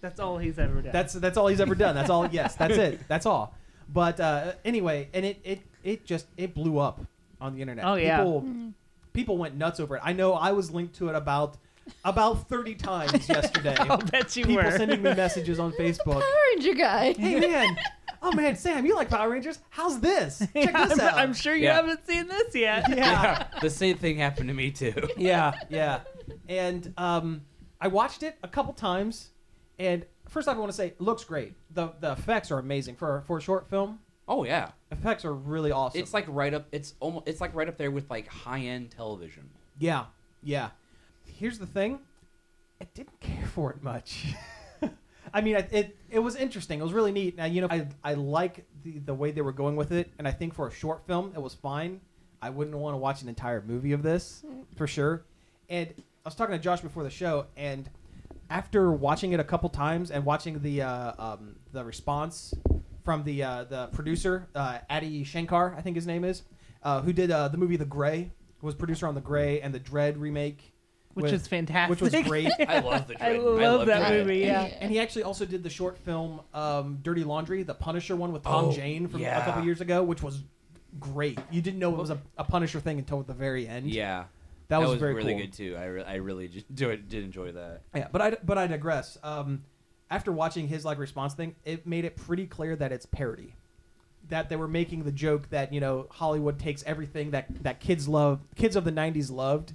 Speaker 3: That's all he's ever <laughs>
Speaker 1: <laughs>
Speaker 3: done.
Speaker 1: That's that's all he's ever done. That's all. Yes, that's it. That's all. But uh, anyway, and it, it it just it blew up on the internet.
Speaker 3: Oh, yeah.
Speaker 1: People, people went nuts over it. I know I was linked to it about about thirty times
Speaker 3: <laughs>
Speaker 1: yesterday.
Speaker 3: I'll bet Oh, you
Speaker 1: people
Speaker 3: were. <laughs>
Speaker 1: sending me messages on Facebook.
Speaker 4: Power
Speaker 1: <laughs>
Speaker 4: Ranger guy.
Speaker 1: Hey man, oh man, Sam, you like Power Rangers? How's
Speaker 3: <laughs>
Speaker 1: this? Check
Speaker 3: Yeah,
Speaker 1: this
Speaker 3: I'm,
Speaker 1: out.
Speaker 3: I'm sure you
Speaker 2: Yeah.
Speaker 3: haven't seen
Speaker 1: <laughs>
Speaker 3: this yet.
Speaker 1: yeah.
Speaker 2: <laughs> the same thing happened to
Speaker 1: <laughs>
Speaker 2: me too.
Speaker 1: yeah, yeah. And um, I watched it a couple times, and first off, I want to say it looks great. the The effects are amazing for for a short film.
Speaker 2: Oh yeah,
Speaker 1: Effects are really awesome.
Speaker 2: it's like right up. It's almost. It's like right up there with like high end
Speaker 3: <laughs>
Speaker 2: television.
Speaker 1: yeah, yeah. Here's the thing, I didn't care for it much. <laughs> I mean, I- it it was interesting. It was really neat. Now you know, I I like the the way they were going with it, and I think for a short film, it was fine. I wouldn't want to watch an entire movie of this
Speaker 3: Mm.
Speaker 1: for sure. And I was talking to Josh before the show, and after watching it a couple times and watching the uh, um, the response from the uh, the producer uh, Adi Shankar, I think his name is, uh, who did uh, the movie The Gray, who was producer on The Gray and the Dread remake,
Speaker 3: which
Speaker 1: with-
Speaker 3: is fantastic.
Speaker 1: which was great.
Speaker 2: I love the.
Speaker 3: <laughs> I
Speaker 2: Dread.
Speaker 3: love, that
Speaker 2: Dread.
Speaker 3: movie.
Speaker 4: Yeah.
Speaker 1: <laughs>
Speaker 3: Yeah.
Speaker 4: Yeah.
Speaker 1: And he actually also did the short film um, Dirty Laundry, the Punisher one with Tom
Speaker 2: Oh,
Speaker 1: Jane from a
Speaker 2: yeah.
Speaker 1: couple years ago, which was great. You didn't know it was a, a Punisher thing until at the very end.
Speaker 2: Yeah,
Speaker 1: that, was, very
Speaker 2: really
Speaker 1: cool.
Speaker 2: good too. I, re- I really j- do it, did enjoy that.
Speaker 1: Yeah, but I but I digress. Um, after watching his like response thing, it made it pretty clear that it's parody. That they were making the joke that you know Hollywood takes everything that that kids love, kids of the '90s loved,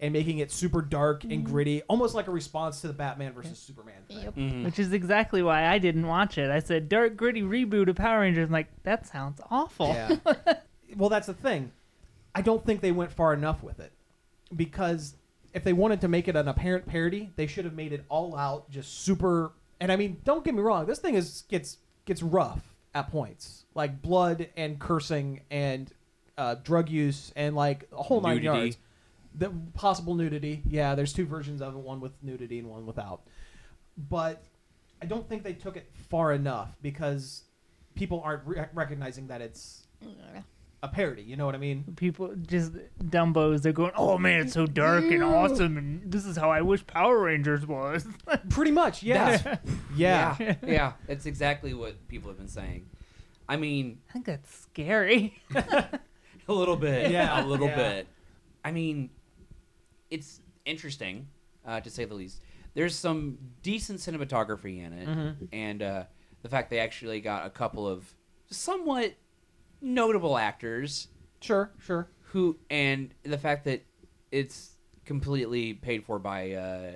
Speaker 1: and making it super dark and gritty, almost like a response to the Batman versus Superman. Thing.
Speaker 5: <laughs> Yep.
Speaker 3: Which is exactly why I didn't watch it. I said dark gritty reboot of Power Rangers. I'm like, that sounds awful.
Speaker 1: Yeah. <laughs> well, that's the thing. I don't think they went far enough with it because if they wanted to make it an apparent parody, they should have made it all out just super. And I mean, don't get me wrong. This thing is gets gets rough at points, like blood and cursing and uh, drug use and like a whole nine
Speaker 2: Nudity.
Speaker 1: yards. The possible nudity. Yeah, there's two versions of it: one with nudity and one without. But I don't think they took it far enough because people aren't re- recognizing that it's a parody. You know what I mean?
Speaker 3: People just dumbos. They're going, oh man, it's so dark and
Speaker 4: Ew.
Speaker 1: Mm.
Speaker 3: awesome, and this is how I wish Power Rangers was. <laughs>
Speaker 1: Pretty much, yeah. <laughs> yeah. <laughs>
Speaker 2: yeah, yeah. That's exactly what people have been saying. I mean, <laughs>
Speaker 3: I think that's scary. <laughs>
Speaker 2: A little bit.
Speaker 1: Yeah.
Speaker 2: <laughs> A little
Speaker 1: Yeah.
Speaker 2: bit. I mean, it's interesting, uh, to say the least. There's some decent cinematography in it,
Speaker 1: Mhm.
Speaker 2: and uh, the fact they actually got a couple of somewhat notable actors
Speaker 1: Sure, sure.
Speaker 2: who, and the fact that it's completely paid for by. Uh,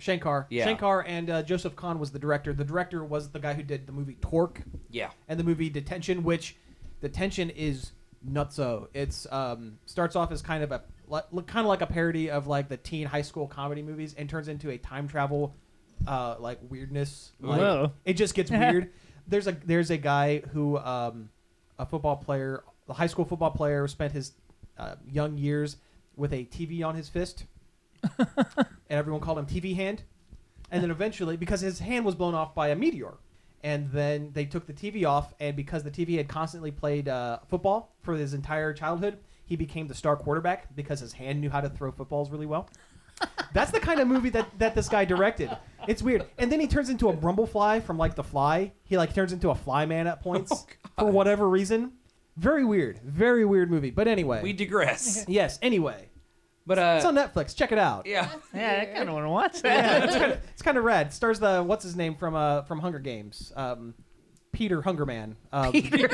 Speaker 1: Shankar.
Speaker 2: Yeah.
Speaker 1: Shankar and uh, Joseph Kahn was the director. The director was the guy who did the movie Torque
Speaker 2: yeah.
Speaker 1: and the movie Detention, which Detention is nutso. It's um, starts off as kind of a like, kind of like a parody of like the teen high school comedy movies and turns into a time travel uh, like weirdness. Like,
Speaker 3: Whoa.
Speaker 1: It just gets weird. there's a there's a guy who um, a football player, a high school football player, spent his uh, young years with a TV on his fist, and everyone called him TV Hand. And then eventually, because his hand was blown off by a meteor, and then they took the TV off, and because the TV had constantly played uh, football for his entire childhood, he became the star quarterback because his hand knew how to throw footballs really well. That's the kind of movie that, that this guy directed. It's weird. And then he turns into a brumblefly from like The Fly. He like turns into a fly man at points for whatever reason. Very weird. Very weird movie. But anyway.
Speaker 2: We <laughs> digress.
Speaker 1: yes, anyway.
Speaker 2: But, uh,
Speaker 1: It's on Netflix. Check it out.
Speaker 2: yeah.
Speaker 3: yeah, I kind of want to watch
Speaker 1: <laughs> Yeah,
Speaker 3: <laughs> that.
Speaker 1: it's kind of it's kind of rad. Stars the what's his name from uh from Hunger Games, um, Peter Hungerman. <laughs> Um,
Speaker 3: <laughs> Peter,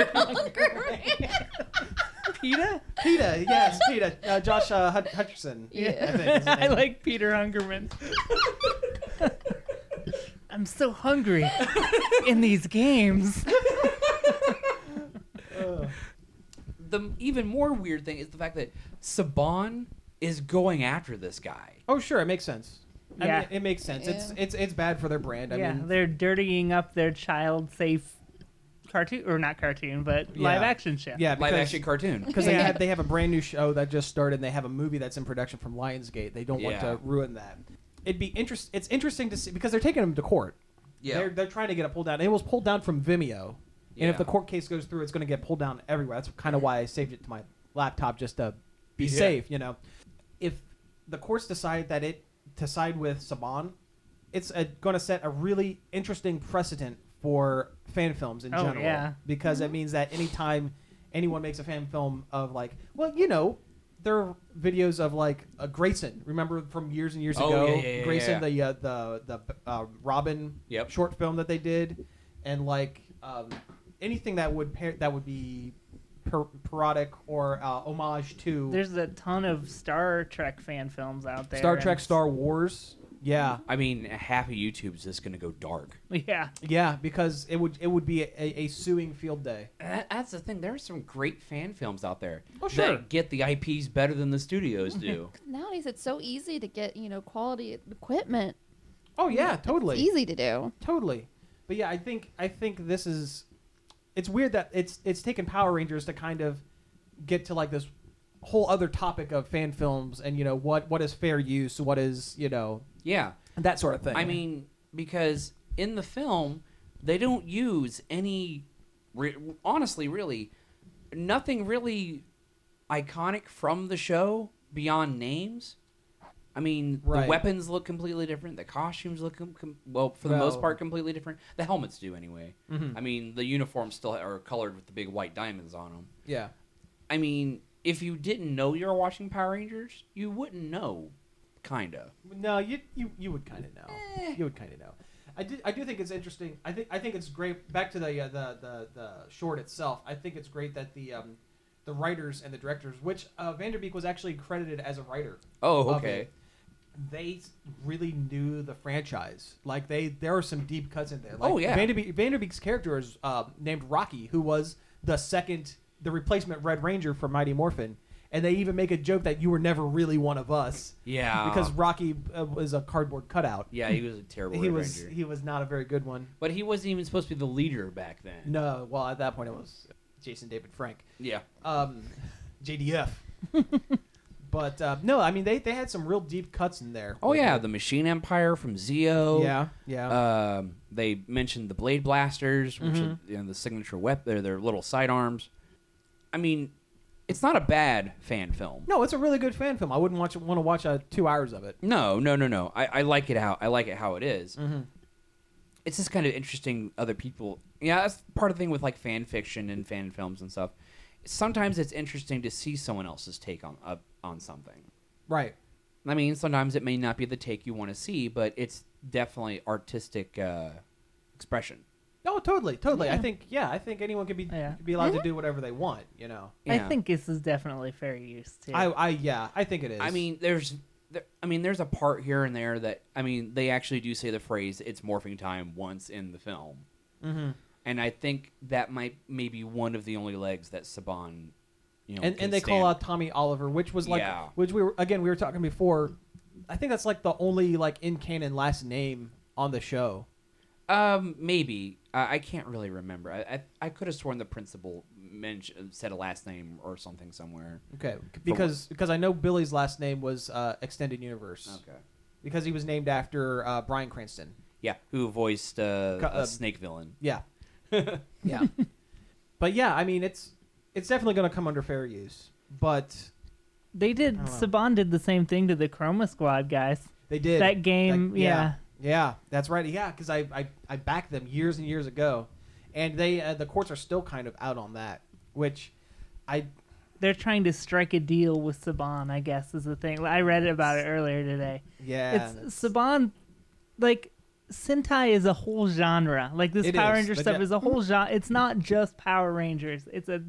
Speaker 1: Peta? Peta, yes, Peta. Uh, Josh uh, Hut- Hutcherson.
Speaker 4: Yeah.
Speaker 1: I think is his
Speaker 3: <laughs> I
Speaker 1: name.
Speaker 3: like
Speaker 1: <laughs>
Speaker 3: Peter Hungerman. I'm so hungry in these games.
Speaker 1: Ugh.
Speaker 2: The even more weird thing is the fact that Saban is going after this guy.
Speaker 1: Oh, sure, it makes sense. I
Speaker 3: Yeah.
Speaker 1: mean, it makes sense. It's
Speaker 4: Yeah.
Speaker 1: it's it's bad for their brand. I
Speaker 3: yeah,
Speaker 1: mean,
Speaker 3: they're dirtying up their child-safe cartoon, or not cartoon, but
Speaker 1: Yeah.
Speaker 3: live-action show.
Speaker 1: yeah,
Speaker 2: Live
Speaker 1: because
Speaker 2: action cartoon.
Speaker 1: because they
Speaker 3: Yeah.
Speaker 1: had they have a brand new show that just started. and They have a movie that's in production from Lionsgate. They don't want
Speaker 2: Yeah.
Speaker 1: to ruin that. It'd be interest. It's interesting to see because they're taking them to court.
Speaker 2: <laughs> Yeah.
Speaker 1: They're, they're trying to get it pulled down. It was pulled down from Vimeo. And if
Speaker 2: Yeah.
Speaker 1: the court case goes through, it's going to get pulled down everywhere. That's kind of why I saved it to my laptop just to be
Speaker 2: Yeah.
Speaker 1: safe, you know. If the courts decide that it to side with Saban, it's going to set a really interesting precedent for fan films in
Speaker 3: Oh,
Speaker 1: general
Speaker 3: yeah.
Speaker 1: because it means that anytime anyone makes a fan film of like, well, you know, there are videos of like uh, Grayson. Remember from years and years
Speaker 2: Oh,
Speaker 1: ago,
Speaker 2: yeah, yeah, yeah,
Speaker 1: Grayson,
Speaker 2: yeah.
Speaker 1: the uh, the the uh, Robin
Speaker 2: Yep.
Speaker 1: short film that they did, and like um, anything that would par- that would be per- parodic or uh, homage to
Speaker 3: There's a ton of Star Trek fan films out there.
Speaker 1: Star
Speaker 3: and-
Speaker 1: Trek, Star Wars. Yeah,
Speaker 2: I mean, half of YouTube's just gonna go dark.
Speaker 3: <laughs> Yeah.
Speaker 1: yeah, because it would it would be a, a suing field day.
Speaker 2: That, that's the thing. There are some great fan films out there
Speaker 1: Oh, sure.
Speaker 2: that get the IPs <laughs> better than the studios do.
Speaker 4: Nowadays, it's so easy to get you know quality equipment.
Speaker 1: Oh yeah,
Speaker 4: It's
Speaker 1: totally.
Speaker 4: easy to do.
Speaker 1: Totally. But yeah, I think I think this is it's weird that it's it's taken Power Rangers to kind of get to like this whole other topic of fan films and you know what what is fair use, what is, you know,
Speaker 2: Yeah.
Speaker 1: that sort of thing.
Speaker 2: I mean, because in the film, they don't use any. Re- honestly, really, nothing really iconic from the show beyond names. I mean,
Speaker 1: Right.
Speaker 2: the weapons look completely different. The costumes look, com- com- well, for the
Speaker 1: Well-
Speaker 2: most part, completely different. The helmets do, anyway.
Speaker 1: Mhm.
Speaker 2: I mean, the uniforms still are colored with the big white diamonds on them.
Speaker 1: yeah.
Speaker 2: I mean, if you didn't know you were watching Power Rangers, you wouldn't know, kind of.
Speaker 1: No, you you, you would kind of know.
Speaker 2: Eh.
Speaker 1: You would kind of know. I do, I do think it's interesting. I think I think it's great. Back to the uh, the, the the short itself. I think it's great that the um, the writers and the directors, which uh, Vanderbeek was actually credited as a writer
Speaker 2: Oh,
Speaker 1: of
Speaker 2: okay.
Speaker 1: it. They s- really knew the franchise. Like they, there are some deep cuts in there. Like,
Speaker 2: Oh, yeah.
Speaker 1: Vanderbe- Vanderbeek's character is uh, named Rocky, who was the second, the replacement Red Ranger for Mighty Morphin. And they even make a joke that you were never really one of us
Speaker 2: Yeah.
Speaker 1: because Rocky uh, was a cardboard cutout.
Speaker 2: Yeah, he was a terrible
Speaker 1: he
Speaker 2: Red
Speaker 1: was
Speaker 2: Ranger.
Speaker 1: he was not a very good one.
Speaker 2: But he wasn't even supposed to be the leader back then.
Speaker 1: No, well at that point it was Jason David Frank.
Speaker 2: Yeah.
Speaker 1: um, JDF.
Speaker 2: <laughs>
Speaker 1: but uh, no, I mean they, they had some real deep cuts in there.
Speaker 2: Oh yeah, the Machine Empire from Zeo.
Speaker 1: yeah, yeah,
Speaker 2: Um, they mentioned the Blade Blasters, which are
Speaker 1: Mm-hmm.
Speaker 2: you know, the signature weapon. They're their little sidearms. I mean, it's not a bad fan film.
Speaker 1: No, it's a really good fan film. I wouldn't watch want to watch uh, two hours of it.
Speaker 2: No, no, no, no. I, I like it how I like it how it is.
Speaker 1: Mm.
Speaker 2: It's just kind of interesting. Other people, yeah, that's part of the thing with like fan fiction and fan films and stuff. Sometimes it's interesting to see someone else's take on uh, on something.
Speaker 1: Right.
Speaker 2: I mean, sometimes it may not be the take you want to see, but it's definitely artistic uh, expression.
Speaker 1: No, Oh, totally, totally. I
Speaker 3: Yeah.
Speaker 1: think yeah, I think anyone can be
Speaker 3: Yeah.
Speaker 1: be allowed to do whatever they want. You know.
Speaker 2: Yeah.
Speaker 3: I think this is definitely fair use too.
Speaker 1: I, I yeah, I think it is.
Speaker 2: I mean, there's, there, I mean, there's a part here and there that I mean, they actually do say the phrase "it's morphing time" once in the film,
Speaker 1: mm-hmm.
Speaker 2: and I think that might maybe one of the only legs that Saban, you know,
Speaker 1: and
Speaker 2: can
Speaker 1: and they call
Speaker 2: stand.
Speaker 1: out Tommy Oliver, which was like
Speaker 2: Yeah.
Speaker 1: which we were again we were talking before. I think that's like the only like in canon last name on the show.
Speaker 2: Um, maybe I, I can't really remember. I I, I could have sworn the principal mentioned said a last name or something somewhere.
Speaker 1: Okay, because because I know Billy's last name was uh, Extended Universe.
Speaker 2: Okay.
Speaker 1: because he was named after uh, Brian Cranston.
Speaker 2: Yeah, who voiced uh,
Speaker 1: Co- uh,
Speaker 2: a snake villain?
Speaker 1: <laughs> Yeah, yeah. but yeah, I mean, it's it's definitely going to come under fair use. But
Speaker 3: they did.
Speaker 1: I don't know.
Speaker 3: Saban did the same thing to the Chroma Squad guys.
Speaker 1: they did
Speaker 3: That game,
Speaker 1: Like,
Speaker 3: yeah.
Speaker 1: yeah, that's right. Yeah, because I, I I backed them years and years ago, and they uh, the courts are still kind of out on that, which I
Speaker 3: they're trying to strike a deal with Saban. I guess is the thing. I read about it earlier today.
Speaker 1: yeah
Speaker 3: it's Saban, like Sentai is a whole genre. Like this
Speaker 1: It
Speaker 3: Power
Speaker 1: is,
Speaker 3: Ranger
Speaker 1: but
Speaker 3: stuff
Speaker 1: yeah.
Speaker 3: is a whole genre. It's not just Power Rangers. It's a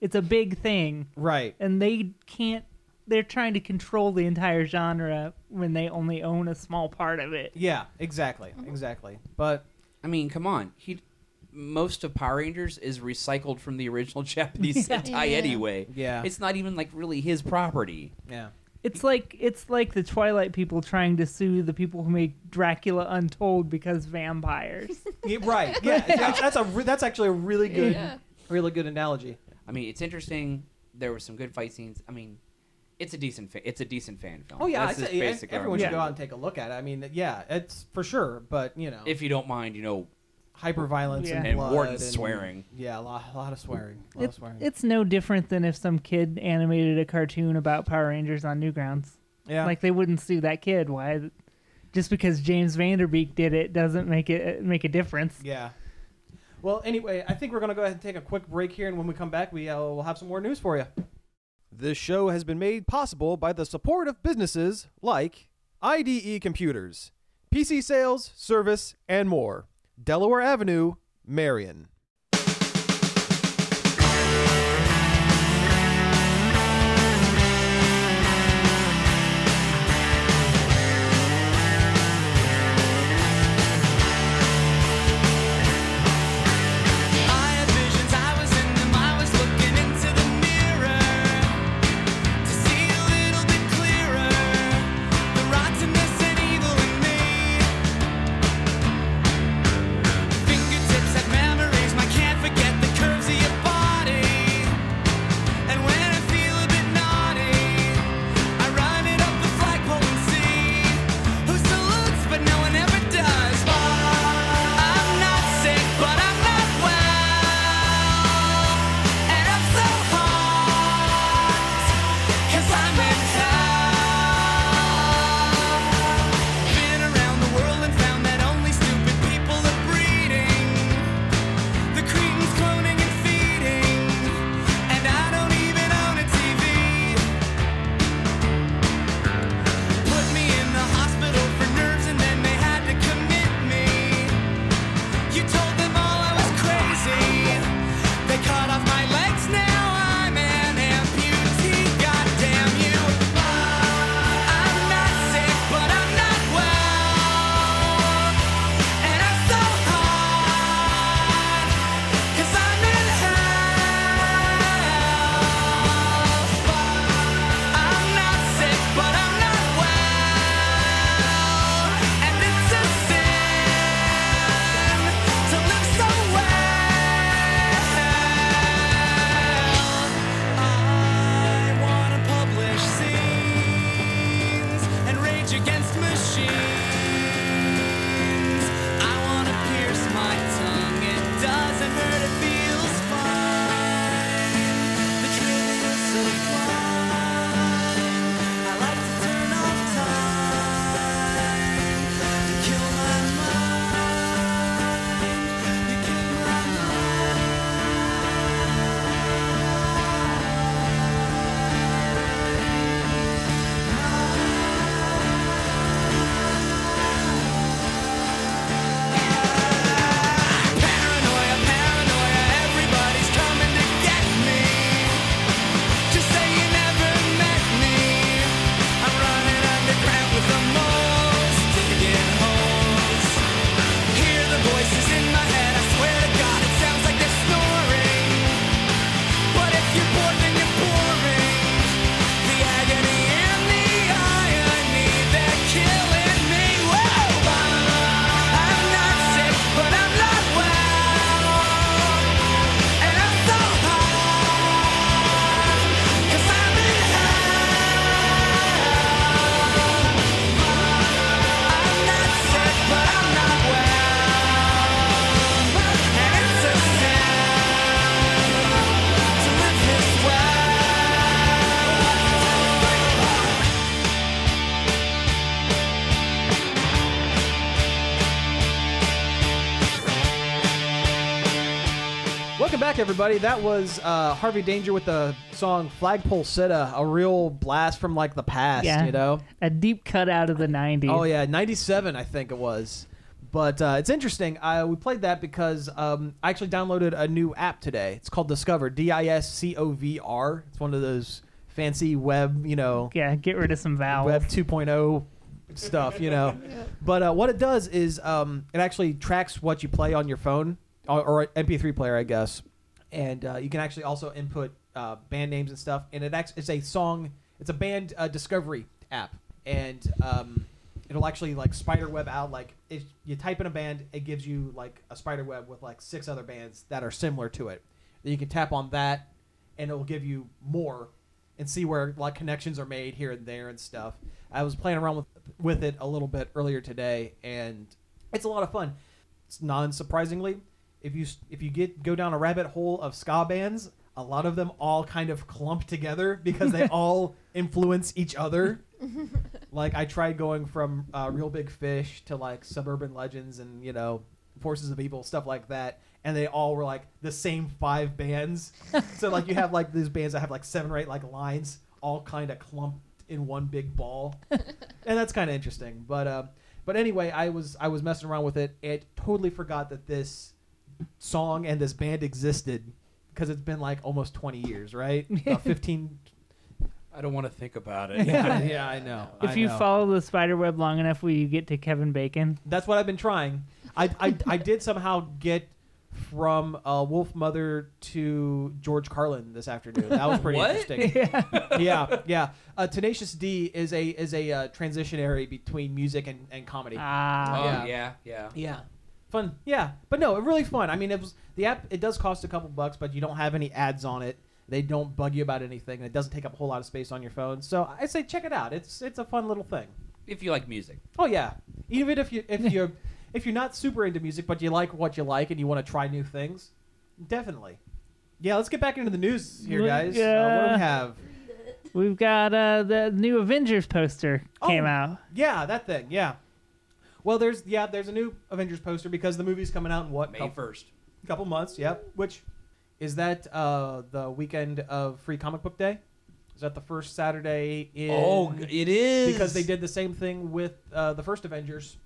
Speaker 3: it's a big thing,
Speaker 1: right.
Speaker 3: and they can't. They're trying to control the entire genre when they only own a small part of it.
Speaker 1: Yeah, exactly, exactly. But
Speaker 2: I mean, come on. He most of Power Rangers is recycled from the original <laughs> Japanese
Speaker 3: Yeah.
Speaker 2: Sentai
Speaker 4: Yeah.
Speaker 2: anyway.
Speaker 1: yeah,
Speaker 2: It's not even like really his property.
Speaker 1: yeah,
Speaker 3: It's like it's like the Twilight people trying to sue the people who make Dracula Untold because vampires.
Speaker 1: Yeah, right. Yeah, that's, that's a re- that's actually a really good,
Speaker 4: Yeah.
Speaker 1: really good analogy.
Speaker 2: I mean, it's interesting. There were some good fight scenes. I mean, it's a decent fa- it's a decent fan film.
Speaker 1: Oh yeah, I'd
Speaker 2: That's
Speaker 1: say
Speaker 2: just basically
Speaker 1: everyone
Speaker 2: our
Speaker 1: should go
Speaker 2: movie.
Speaker 1: out and take a look at it. I mean, yeah, it's for sure, but you know,
Speaker 2: If you don't mind, you know,
Speaker 1: hyper violence
Speaker 3: Yeah.
Speaker 1: and,
Speaker 2: and
Speaker 1: blood
Speaker 2: Warden's
Speaker 1: and-
Speaker 2: swearing.
Speaker 1: Yeah, a lot, a lot of swearing, a lot of
Speaker 3: It,
Speaker 1: swearing.
Speaker 3: it's no different than if some kid animated a cartoon about Power Rangers on Newgrounds.
Speaker 1: yeah,
Speaker 3: Like they wouldn't sue that kid. Why? Just because James Vanderbeek did it doesn't make it make a difference.
Speaker 1: yeah. Well, anyway, I think we're gonna go ahead and take a quick break here, and when we come back, we uh, will have some more news for you. This show has been made possible by the support of businesses like IDE Computers, PC Sales, Service, and more. Delaware Avenue, Marion.
Speaker 6: I had visions, I was in them, I was looking into the mirror To see a little bit clearer The rottenness and evil in me
Speaker 1: Welcome back, everybody. That was uh, Harvey Danger with the song Flagpole Sitta, a real blast from like the past,
Speaker 3: Yeah.
Speaker 1: you know?
Speaker 3: A deep cut out
Speaker 1: <laughs>
Speaker 3: of the 90s.
Speaker 1: Oh yeah, '97, I think it was. But uh, it's interesting. I, we played that because um, I actually downloaded a new app today. It's called Discover. D I S C O V R. It's one of those fancy web, you know,
Speaker 3: Yeah, get rid of some vowels.
Speaker 1: web 2.0 stuff, you know. But uh, what it does is um, it actually tracks what you play on your phone or, or MP3 player, I guess. And uh, you can actually also input uh, band names and stuff. And it act- it's a song, it's a band uh, discovery app, and um, it'll actually like spider web out. Like if you type in a band, it gives you like a spider web with like six other bands that are similar to it. Then you can tap on that, and it will give you more and see where like connections are made here and there and stuff. I was playing around with with it a little bit earlier today, and it's a lot of fun. It's non-surprisingly, if you s- if you get go down a rabbit hole of ska bands, a lot of them all kind of clump together because they all influence each other. like I tried going from uh, Real Big Fish to like Suburban Legends and you know Forces of Evil stuff like that, and they all were like the same five bands. so like you have like these bands that have like seven or eight like lines all kind of clumped in one big ball, and that's kind of interesting. But uh, but anyway, I was I was messing around with it. It totally forgot that this song and this band existed because it's been like almost 20 years, right? About 15.
Speaker 7: I don't want to think about it.
Speaker 1: yeah, <laughs> yeah, I know.
Speaker 3: If
Speaker 1: I
Speaker 3: you
Speaker 1: know.
Speaker 3: follow the spider web long enough, will you get to Kevin Bacon?
Speaker 1: That's what I've been trying. I, I, I did somehow get from uh, Wolf Mother to George Carlin this afternoon. That was pretty
Speaker 2: What?
Speaker 1: interesting. yeah, yeah. Uh, Tenacious D is a is a uh, transitionary between music and, and comedy.
Speaker 3: Ah,
Speaker 2: Oh
Speaker 1: Yeah.
Speaker 2: yeah, yeah. yeah.
Speaker 1: yeah, fun. Yeah, but no, really fun. I mean, it was the app. It does cost a couple bucks, but you don't have any ads on it. They don't bug you about anything, and it doesn't take up a whole lot of space on your phone. So I say check it out. It's it's a fun little thing.
Speaker 2: If you like music,
Speaker 1: Oh yeah. Even if you
Speaker 2: <laughs>
Speaker 1: if you're if you're not super into music but you like what you like and you want to try new things, definitely. Yeah, let's get back into the news here, guys. Uh, what do
Speaker 3: Yeah.
Speaker 1: we have?
Speaker 3: we've got uh, the new Avengers poster
Speaker 1: Oh.
Speaker 3: came out.
Speaker 1: Yeah, that thing. Yeah. Well, there's yeah, there's a new Avengers poster because the movie's coming out in what
Speaker 2: May
Speaker 1: couple,
Speaker 2: first.
Speaker 1: couple months. Yep. Which is that uh, the weekend of Free Comic Book Day? Is that the first Saturday in?
Speaker 2: Oh, g- it is
Speaker 1: because they did the same thing with uh, the first Avengers.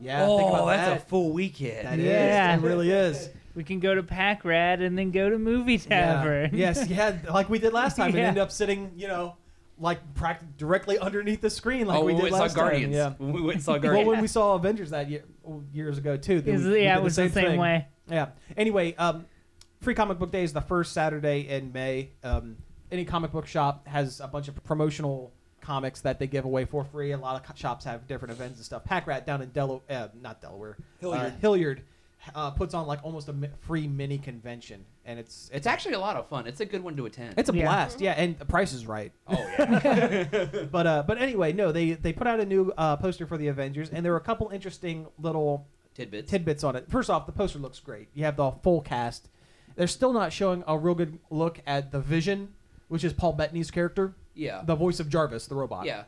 Speaker 1: Yeah.
Speaker 2: oh,
Speaker 1: think about
Speaker 2: that's
Speaker 1: that.
Speaker 2: a full weekend.
Speaker 1: That is.
Speaker 3: Yeah.
Speaker 1: It really
Speaker 3: <laughs>
Speaker 1: is.
Speaker 3: We can go to Pack Rad and then go to Movie Tavern.
Speaker 1: Yeah.
Speaker 3: <laughs>
Speaker 1: Yes, yeah, like we did last time, and
Speaker 3: Yeah.
Speaker 1: end up sitting, you know, like pract- directly underneath the screen, like
Speaker 2: oh,
Speaker 1: we
Speaker 2: when
Speaker 1: did
Speaker 2: we
Speaker 1: last
Speaker 2: saw Guardians.
Speaker 1: time.
Speaker 2: When <laughs> we went
Speaker 1: <laughs>
Speaker 2: and saw
Speaker 1: Yeah. Well,
Speaker 2: Guardians.
Speaker 1: when we saw Avengers that year, years ago too,
Speaker 3: It
Speaker 1: then
Speaker 3: was-
Speaker 1: we- we
Speaker 3: yeah,
Speaker 1: did
Speaker 3: it was the same
Speaker 1: thing.
Speaker 3: way.
Speaker 1: Yeah. Anyway, um, Free Comic Book Day is the first Saturday in May. Um, any comic book shop has a bunch of promotional comics that they give away for free. A lot of co- shops have different events and stuff. Pack Rat down in Delaware, uh, not Delaware, Hilliard, uh, Hilliard uh, puts on like almost a mi- free mini convention, and it's
Speaker 2: it's actually a lot of fun. It's a good one to attend.
Speaker 1: it's a
Speaker 3: Yeah.
Speaker 1: blast. Yeah, and the price is right.
Speaker 2: oh
Speaker 1: <laughs>
Speaker 2: yeah.
Speaker 1: But uh, but anyway, no, they they put out a new uh, poster for the Avengers, and there were a couple interesting little
Speaker 2: Tidbits.
Speaker 1: tidbits on it. First off, the poster looks great. You have the full cast. They're still not showing a real good look at the Vision, which is Paul Bettany's character,
Speaker 2: yeah.
Speaker 1: the voice of Jarvis, the robot.
Speaker 2: yeah.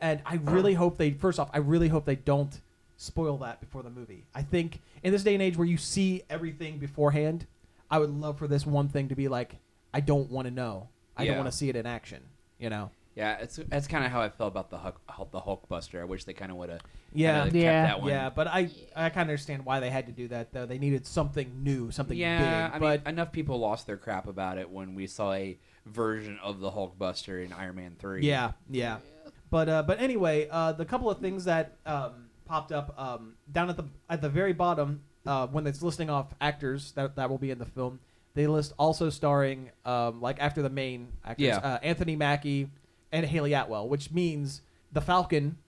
Speaker 1: And I really hope they first off, I really hope they don't spoil that before the movie. I think in this day and age where you see everything beforehand, I would love for this one thing to be like, I don't want to know. I don't
Speaker 2: Yeah.
Speaker 1: want to see it in action. You know.
Speaker 2: Yeah, it's that's kind of how I felt about the Hulk, Hulk- the Hulkbuster. I wish they kind of would have
Speaker 1: Yeah.
Speaker 2: kept
Speaker 3: Yeah.
Speaker 2: that one.
Speaker 1: Yeah, but I I kind of understand why they had to do that though. They needed something new, something
Speaker 2: yeah.
Speaker 1: big.
Speaker 2: I
Speaker 1: but
Speaker 2: mean, enough people lost their crap about it when we saw a version of the Hulkbuster in Iron Man Three.
Speaker 1: Yeah, yeah. But uh, but anyway, uh, the couple of things that um, popped up um, down at the at the very bottom uh, when it's listing off actors that that will be in the film, they list also starring um, like after the main actors
Speaker 2: Yeah.
Speaker 1: uh, Anthony Mackie and Haley Atwell, which means the Falcon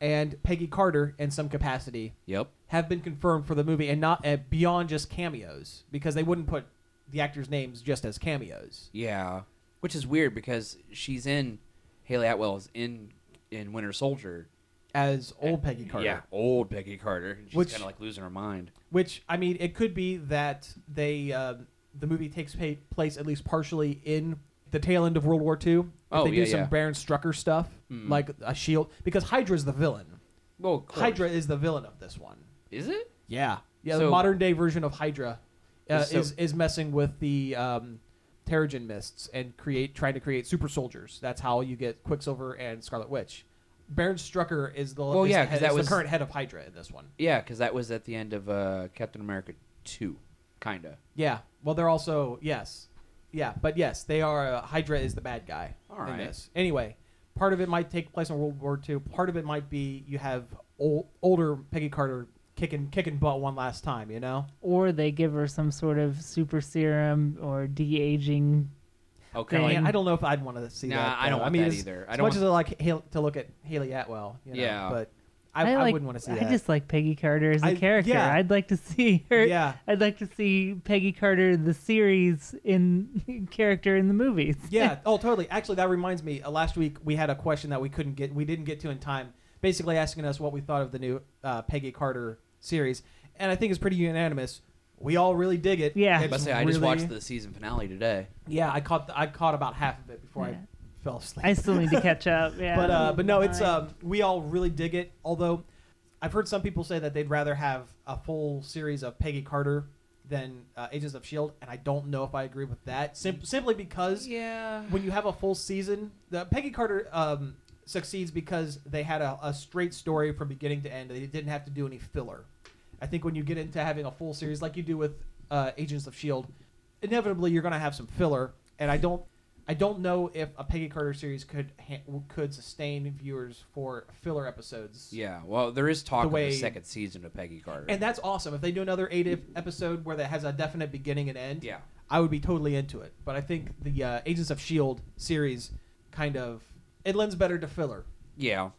Speaker 1: and Peggy Carter in some capacity
Speaker 2: Yep.
Speaker 1: have been confirmed for the movie and not uh, beyond just cameos because they wouldn't put the actors' names just as cameos.
Speaker 2: Yeah. Which is weird because she's in Haley Atwell is in in Winter Soldier.
Speaker 1: As old Peggy Carter.
Speaker 2: Yeah, old Peggy Carter. and She's
Speaker 1: Which-
Speaker 2: kind of like losing her mind.
Speaker 1: Which I mean, it could be that they uh, the movie takes pa- place at least partially in the tail end of World War II. If
Speaker 2: Oh,
Speaker 1: they do
Speaker 2: yeah,
Speaker 1: some
Speaker 2: yeah.
Speaker 1: Baron Strucker stuff,
Speaker 2: Mm.
Speaker 1: like a shield, because Hydra's the villain.
Speaker 2: Well,
Speaker 1: Hydra is the villain of this one.
Speaker 2: is it?
Speaker 1: Yeah, yeah, the
Speaker 2: So-
Speaker 1: modern day version of Hydra uh,
Speaker 2: So-
Speaker 1: is is messing with the um, Terrigen mists and create trying to create super soldiers. That's how you get Quicksilver and Scarlet Witch. Baron Strucker is the
Speaker 2: Well,
Speaker 1: is
Speaker 2: yeah,
Speaker 1: the,
Speaker 2: 'cause
Speaker 1: head,
Speaker 2: that
Speaker 1: is
Speaker 2: was-
Speaker 1: the current head of Hydra in this one.
Speaker 2: Yeah, because that was at the end of uh, Captain America two, kinda.
Speaker 1: Yeah. Well, they're also yes, yeah, but yes, they are. Uh, Hydra is the bad guy
Speaker 2: All
Speaker 1: in
Speaker 2: right.
Speaker 1: this. Anyway, part of it might take place in World War II. Part of it might be you have old, older Peggy Carter kicking kicking butt one last time. You know.
Speaker 3: Or they give her some sort of super serum or de aging.
Speaker 2: Okay.
Speaker 3: Dang.
Speaker 1: Man, I don't know if I'd want to see
Speaker 2: Nah,
Speaker 1: that.
Speaker 2: I don't
Speaker 1: though. I
Speaker 2: want
Speaker 1: mean,
Speaker 2: that
Speaker 1: as-
Speaker 2: either. I
Speaker 1: As
Speaker 2: don't
Speaker 1: much
Speaker 2: want-
Speaker 1: as I like Hal- to look at Haley Atwell, you know,
Speaker 2: Yeah.
Speaker 1: but I, I,
Speaker 3: like-
Speaker 1: wouldn't want to see
Speaker 3: I
Speaker 1: that.
Speaker 3: just er, like Peggy Carter as a
Speaker 1: I-
Speaker 3: character.
Speaker 1: yeah.
Speaker 3: I'd like to see her.
Speaker 1: Yeah.
Speaker 3: I'd like to see Peggy Carter the series in <laughs> character in the movies.
Speaker 1: yeah. Oh, totally. Actually, that reminds me. Uh, last week we had a question that we couldn't get, we didn't get to in time. Basically, asking us what we thought of the new uh, Peggy Carter series, and I think it's pretty unanimous. We all really dig it.
Speaker 3: Yeah.
Speaker 1: It's
Speaker 2: I must say, I just
Speaker 1: really-
Speaker 2: watched the season finale today.
Speaker 1: Yeah, I caught the, I caught about half of it before
Speaker 3: Yeah.
Speaker 1: I fell asleep.
Speaker 3: I still need
Speaker 1: <laughs>
Speaker 3: to catch up. Yeah. Oh
Speaker 1: but uh, but no, it's
Speaker 3: Fine.
Speaker 1: um, we all really dig it. Although I've heard some people say that they'd rather have a full series of Peggy Carter than uh, Agents of Shield, and I don't know if I agree with that. Sim- simply because
Speaker 2: Yeah.
Speaker 1: when you have a full season, the Peggy Carter um, succeeds because they had a, a straight story from beginning to end. They didn't have to do any filler. I think when you get into having a full series like you do with uh, Agents of Shield, inevitably you're going to have some filler. And I don't, I don't know if a Peggy Carter series could ha- could sustain viewers for filler episodes.
Speaker 2: Yeah. Well, there is talk
Speaker 1: The
Speaker 2: of
Speaker 1: way-
Speaker 2: a second season of Peggy Carter.
Speaker 1: And that's awesome. If they do another eight ep- episode where that has a definite beginning and end,
Speaker 2: yeah.
Speaker 1: I would be totally into it. But I think the uh, Agents of Shield series kind of it lends better to filler.
Speaker 2: Yeah.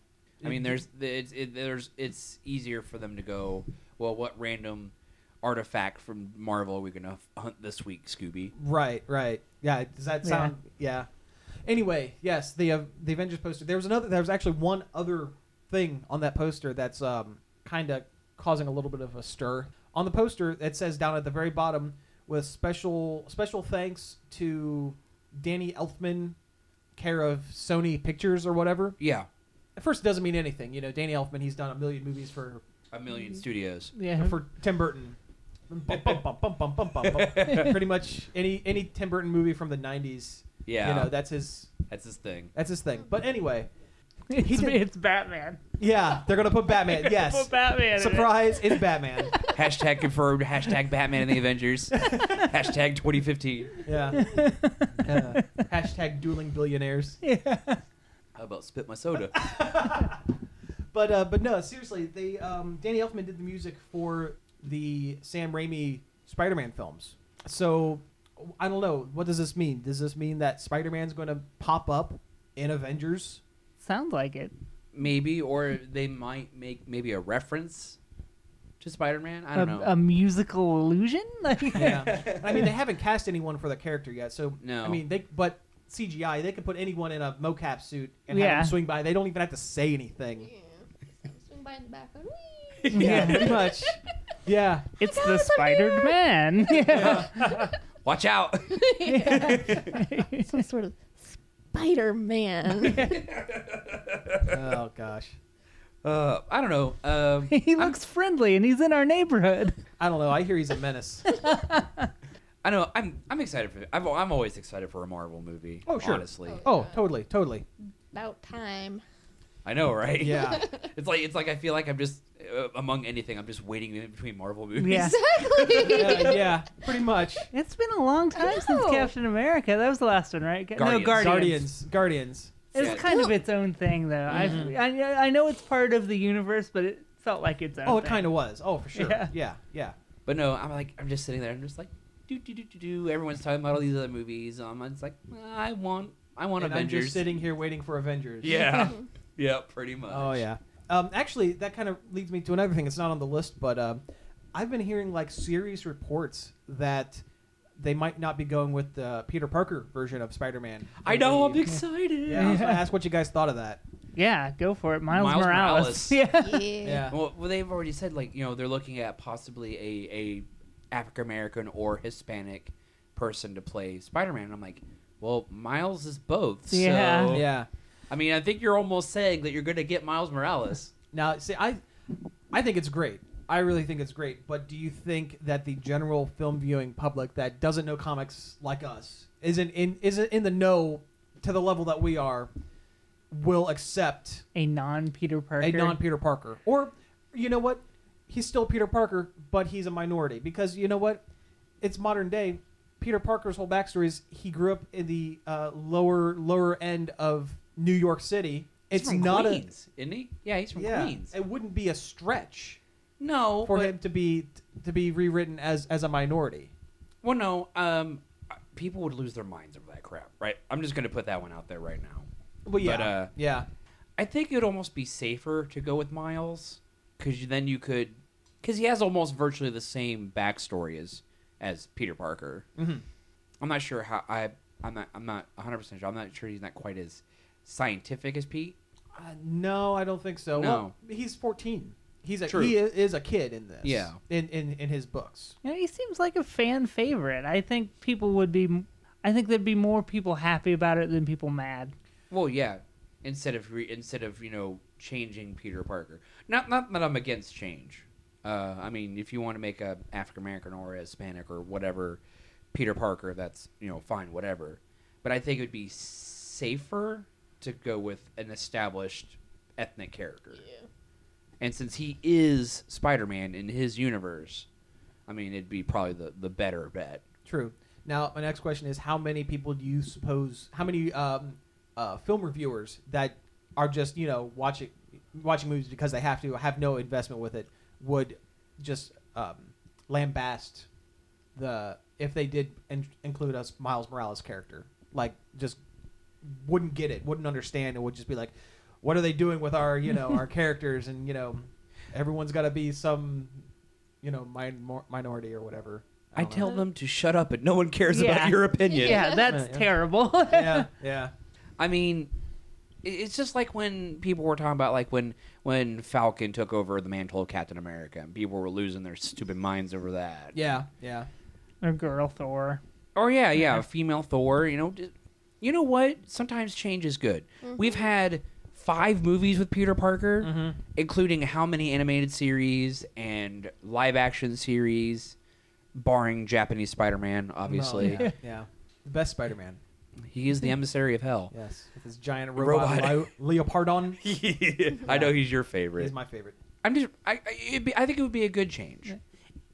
Speaker 2: I mean, there's it's it, there's it's easier for them to go. Well, what random artifact from Marvel are we gonna f- hunt this week, Scooby?
Speaker 1: Right, right. Yeah. Does that
Speaker 3: Yeah.
Speaker 1: sound? Yeah. Anyway, yes, the uh, the Avengers poster. There was another. There was actually one other thing on that poster that's um, kind of causing a little bit of a stir. On the poster, it says down at the very bottom with special special thanks to Danny Elfman, care of Sony Pictures or whatever.
Speaker 2: Yeah.
Speaker 1: At first, it doesn't mean anything. You know, Danny Elfman. He's done a million movies for
Speaker 2: A million studios.
Speaker 3: yeah.
Speaker 1: for Tim Burton. Bum, bum, bum, bum, bum, bum, bum, <laughs> bum. Pretty much any any Tim Burton movie from the '90s.
Speaker 2: Yeah.
Speaker 1: you know that's his
Speaker 2: that's his thing.
Speaker 1: that's his thing. But anyway,
Speaker 3: <laughs> it's,
Speaker 1: did-
Speaker 3: it's Batman. <laughs>
Speaker 1: yeah, they're gonna put Batman. Yes,
Speaker 3: Put Batman. in it.
Speaker 1: surprise, it's Batman.
Speaker 2: hashtag confirmed. Hashtag Batman and the <laughs> Avengers. hashtag 2015.
Speaker 1: Yeah. Uh, hashtag dueling billionaires.
Speaker 2: How about spit my soda?
Speaker 1: But uh, but no, seriously, they um, Danny Elfman did the music for the Sam Raimi Spider-Man films. So I don't know. What does this mean? Does this mean that Spider-Man's going to pop up in Avengers?
Speaker 3: Sounds like it.
Speaker 2: maybe, or they might make maybe a reference to Spider-Man. I
Speaker 3: A,
Speaker 2: don't know.
Speaker 3: a musical illusion. <laughs> Like,
Speaker 1: Yeah. I mean, they haven't cast anyone for the character yet, so
Speaker 2: No.
Speaker 1: I mean, they but CGI, they could put anyone in a mocap suit and have
Speaker 3: Yeah.
Speaker 1: them swing by. They don't even have to say anything.
Speaker 5: <laughs> Swing by in the background. Whee! <laughs>
Speaker 1: Yeah, pretty
Speaker 3: <laughs>
Speaker 1: much. Yeah,
Speaker 3: It's
Speaker 2: "Oh,
Speaker 3: the Spider Man. Yeah.
Speaker 2: Watch out!
Speaker 5: Some sort of Spider Man.
Speaker 1: Oh gosh,
Speaker 2: Uh, I don't know. Um,
Speaker 3: <laughs>
Speaker 1: <laughs>
Speaker 3: he looks friendly and he's in our neighborhood.
Speaker 1: I don't know. I hear he's a menace.
Speaker 2: I know. I'm I'm excited for. I've, I'm always excited for a Marvel movie.
Speaker 1: Oh, sure.
Speaker 2: Honestly,
Speaker 1: Oh, totally, totally.
Speaker 5: About <laughs> time.
Speaker 2: I know, right?
Speaker 1: Yeah.
Speaker 2: <laughs>
Speaker 3: <laughs>
Speaker 2: It's like it's like I feel like I'm just uh, among anything. I'm just waiting in between Marvel movies.
Speaker 3: Yeah.
Speaker 1: <laughs> yeah, Uh, yeah, pretty much.
Speaker 3: It's been a long time since
Speaker 5: know.
Speaker 3: Captain America. That was the last one, right? Ga-
Speaker 2: Guardians.
Speaker 3: No, Guardians.
Speaker 1: Guardians, Guardians.
Speaker 3: It's
Speaker 2: Yeah.
Speaker 3: kind of its own thing, though.
Speaker 1: Mhm.
Speaker 3: I've, I I know it's part of the universe, but it felt like its own.
Speaker 1: Oh, it
Speaker 3: thing.
Speaker 1: kind of was. Oh, for sure.
Speaker 3: Yeah.
Speaker 1: Yeah, yeah. yeah.
Speaker 2: But no, I'm like I'm just sitting there. I'm just like do do do do do. Everyone's talking about all these other movies. Um, it's like I want I want
Speaker 1: And I'm
Speaker 2: Avengers.
Speaker 1: just sitting here waiting for Avengers.
Speaker 2: Yeah. yeah. Pretty much.
Speaker 1: Oh yeah. Um, actually, that kind of leads me to another thing. It's not on the list, but um, I've been hearing like serious reports that they might not be going with the Peter Parker version of Spider-Man.
Speaker 2: I know.
Speaker 1: <laughs>
Speaker 2: I'm
Speaker 1: Yeah,
Speaker 2: excited.
Speaker 1: I was gonna ask what you guys thought of that.
Speaker 3: Yeah, go for it, Miles,
Speaker 2: Miles Morales.
Speaker 3: Morales. <laughs> Yeah.
Speaker 5: Yeah.
Speaker 2: Well, well, they've already said like you know they're looking at possibly a a African American or Hispanic person to play Spider Man. I'm like, well, Miles is both. So,
Speaker 3: Yeah.
Speaker 1: Yeah.
Speaker 2: I mean, I think you're almost saying that you're going to get Miles Morales.
Speaker 1: Now, see, I, I think it's great. I really think it's great. But do you think that the general film viewing public that doesn't know comics like us isn't in isn't in the know to the level that we are will accept
Speaker 3: a non Peter Parker.
Speaker 1: a non Peter Parker or you know what he's still Peter Parker but he's a minority because you know what it's modern day Peter Parker's whole backstory is he grew up in the uh, lower lower end of New York City.
Speaker 2: He's
Speaker 1: It's
Speaker 2: from
Speaker 1: not a
Speaker 2: Queens, isn't he? Yeah, he's from
Speaker 1: yeah,
Speaker 2: Queens.
Speaker 1: It wouldn't be a stretch
Speaker 2: No,
Speaker 1: for
Speaker 2: but-
Speaker 1: him to be to be rewritten as as a minority.
Speaker 2: Well, no, um, people would lose their minds over that crap, right? I'm just gonna put that one out there right now.
Speaker 1: Well, yeah,
Speaker 2: uh,
Speaker 1: yeah,
Speaker 2: I think it'd almost be safer to go with Miles, because then you could, because he has almost virtually the same backstory as as Peter Parker.
Speaker 1: Mhm.
Speaker 2: I'm not sure how I I'm not I'm not 100 percent sure. I'm not sure he's not quite as scientific as Pete.
Speaker 1: uh, no, I don't think so.
Speaker 2: No.
Speaker 1: well, he's fourteen. He's a
Speaker 2: True.
Speaker 1: he is, is a kid in this.
Speaker 2: Yeah.
Speaker 1: in in, in his books.
Speaker 3: You know, he seems like a fan favorite. I think people would be. I think there'd be more people happy about it than people mad.
Speaker 2: Well, yeah. Instead of re- instead of you know changing Peter Parker, not not that I'm against change. Uh, I mean, if you want to make a African American or a Hispanic or whatever Peter Parker, that's you know fine, whatever. But I think it would be safer to go with an established ethnic character. And since he is Spider-Man in his universe, I mean, it'd be probably the, the better bet.
Speaker 1: True. Now, my next question is: How many people do you suppose? How many um, uh, film reviewers that are just you know watching watching movies because they have to have no investment with it would just um, lambaste the if they did in- include us Miles Morales character like just wouldn't get it, wouldn't understand, and would just be like, "What are they doing with our you know
Speaker 2: <laughs>
Speaker 1: our characters?" And you know, everyone's got to be some you know min- minority or whatever.
Speaker 2: I,
Speaker 1: don't know.
Speaker 2: tell them to shut up, and no one cares
Speaker 3: Oh, Yeah.
Speaker 2: about your opinion.
Speaker 3: Yeah, <laughs> that's
Speaker 1: Yeah.
Speaker 3: terrible.
Speaker 1: yeah, yeah.
Speaker 2: I mean, i- it's just like when people were talking about like when when Falcon took over the mantle of Captain America, and people were losing their stupid minds over that.
Speaker 1: Yeah, yeah.
Speaker 3: or girl Thor.
Speaker 2: Or yeah,
Speaker 1: Uh-huh.
Speaker 2: yeah, female Thor. You know, d- you know what? Sometimes change is good. We've had five movies with Peter Parker,
Speaker 1: Mm-hmm.
Speaker 2: including how many animated series and live action series, barring Japanese Spider Man. Obviously,
Speaker 1: yeah, yeah. The best Spider-Man.
Speaker 2: he is the emissary
Speaker 1: <laughs>
Speaker 2: of hell.
Speaker 1: Yes, with his giant robot,
Speaker 2: Robot.
Speaker 1: Leo-
Speaker 2: <laughs>
Speaker 1: Leopardon.
Speaker 2: I know he's your favorite.
Speaker 1: He's my favorite.
Speaker 2: I'm just, I, I, it'd be, I think it would be a good change.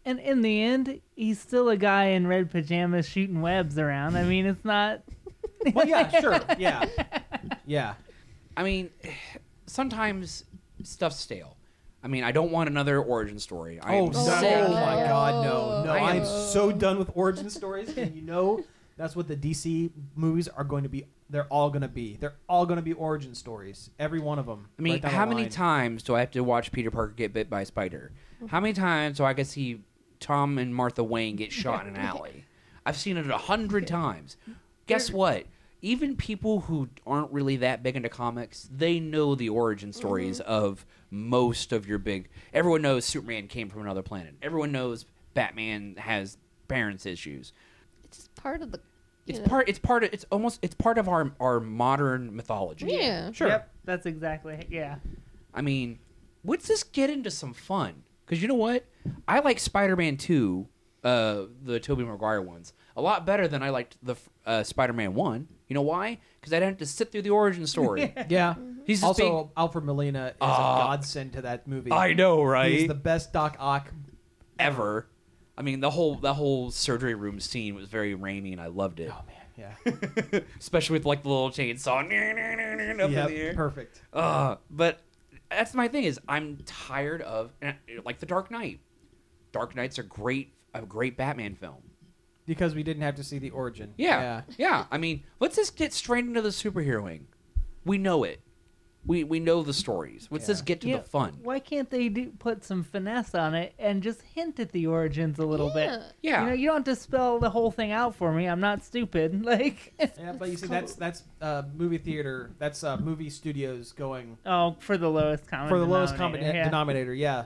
Speaker 3: And in the end, he's still a guy in red pajamas shooting webs around. I mean, it's not.
Speaker 1: Well, yeah, sure, yeah, yeah.
Speaker 2: I mean, <sighs> sometimes stuff's stale. I mean, I don't want another origin story. I
Speaker 1: Oh,
Speaker 2: am
Speaker 1: no.
Speaker 2: sick.
Speaker 1: oh my God, no, no!
Speaker 2: I
Speaker 1: I
Speaker 2: am-
Speaker 1: am so done with origin stories, and you know that's what the DC movies are going to be. They're all going to be. They're all going to be origin stories. Every one of them.
Speaker 2: I mean,
Speaker 1: right down
Speaker 2: how
Speaker 1: the
Speaker 2: many
Speaker 1: line.
Speaker 2: times do I have to watch Peter Parker get bit by a spider? How many times do I get to see Tom and Martha Wayne get shot in an alley? I've seen it a hundred times. Guess what? Even people who aren't really that big into comics, they know the origin stories of most of your big. Everyone knows Superman came from another planet. Everyone knows Batman has parents issues.
Speaker 5: It's just part of the. you
Speaker 2: It's
Speaker 5: know.
Speaker 2: part. It's part of. It's almost. It's part of our our modern mythology.
Speaker 5: Yeah.
Speaker 1: Sure.
Speaker 3: Yep, that's exactly. Yeah.
Speaker 2: I mean, let's just get into some fun. Because you know what? I like Spider Man 2, uh, the Tobey Maguire ones, a lot better than I liked the f- uh, Spider Man 1. You know why? Because I didn't have to sit through the origin story.
Speaker 1: <laughs> Yeah.
Speaker 2: He's just
Speaker 1: Also,
Speaker 2: being-
Speaker 1: Alfred Molina is
Speaker 2: Ah.
Speaker 1: a godsend to that movie.
Speaker 2: I know,
Speaker 1: He's
Speaker 2: right?
Speaker 1: the best Doc Ock.
Speaker 2: Ever. I mean, the whole the whole surgery room scene was very rainy, and I loved it.
Speaker 1: Oh man, yeah.
Speaker 2: Especially with like the little chainsaw <laughs> up in the
Speaker 1: yeah,
Speaker 2: air.
Speaker 1: perfect.
Speaker 2: Uh, but that's my thing is I'm tired of and I- like the Dark Knight. Dark Knight's a great a great Batman film.
Speaker 1: Because we didn't have to see the origin.
Speaker 2: Yeah, yeah. I mean, let's just get straight into the superheroing. We know it. We we know the stories. Let's
Speaker 1: Yeah.
Speaker 2: just get to
Speaker 3: Yeah,
Speaker 2: the fun.
Speaker 3: Why can't they do, put some finesse on it and just hint at the origins a little bit?
Speaker 5: Yeah.
Speaker 2: Yeah.
Speaker 3: You know, you don't have to spell the whole thing out for me. I'm not stupid. <laughs> Like,
Speaker 1: Yeah, but you see, that's that's uh, movie theater. That's uh, movie studios going
Speaker 3: oh, for the lowest common
Speaker 1: for the lowest common
Speaker 3: denominator, yeah.
Speaker 1: denominator. Yeah,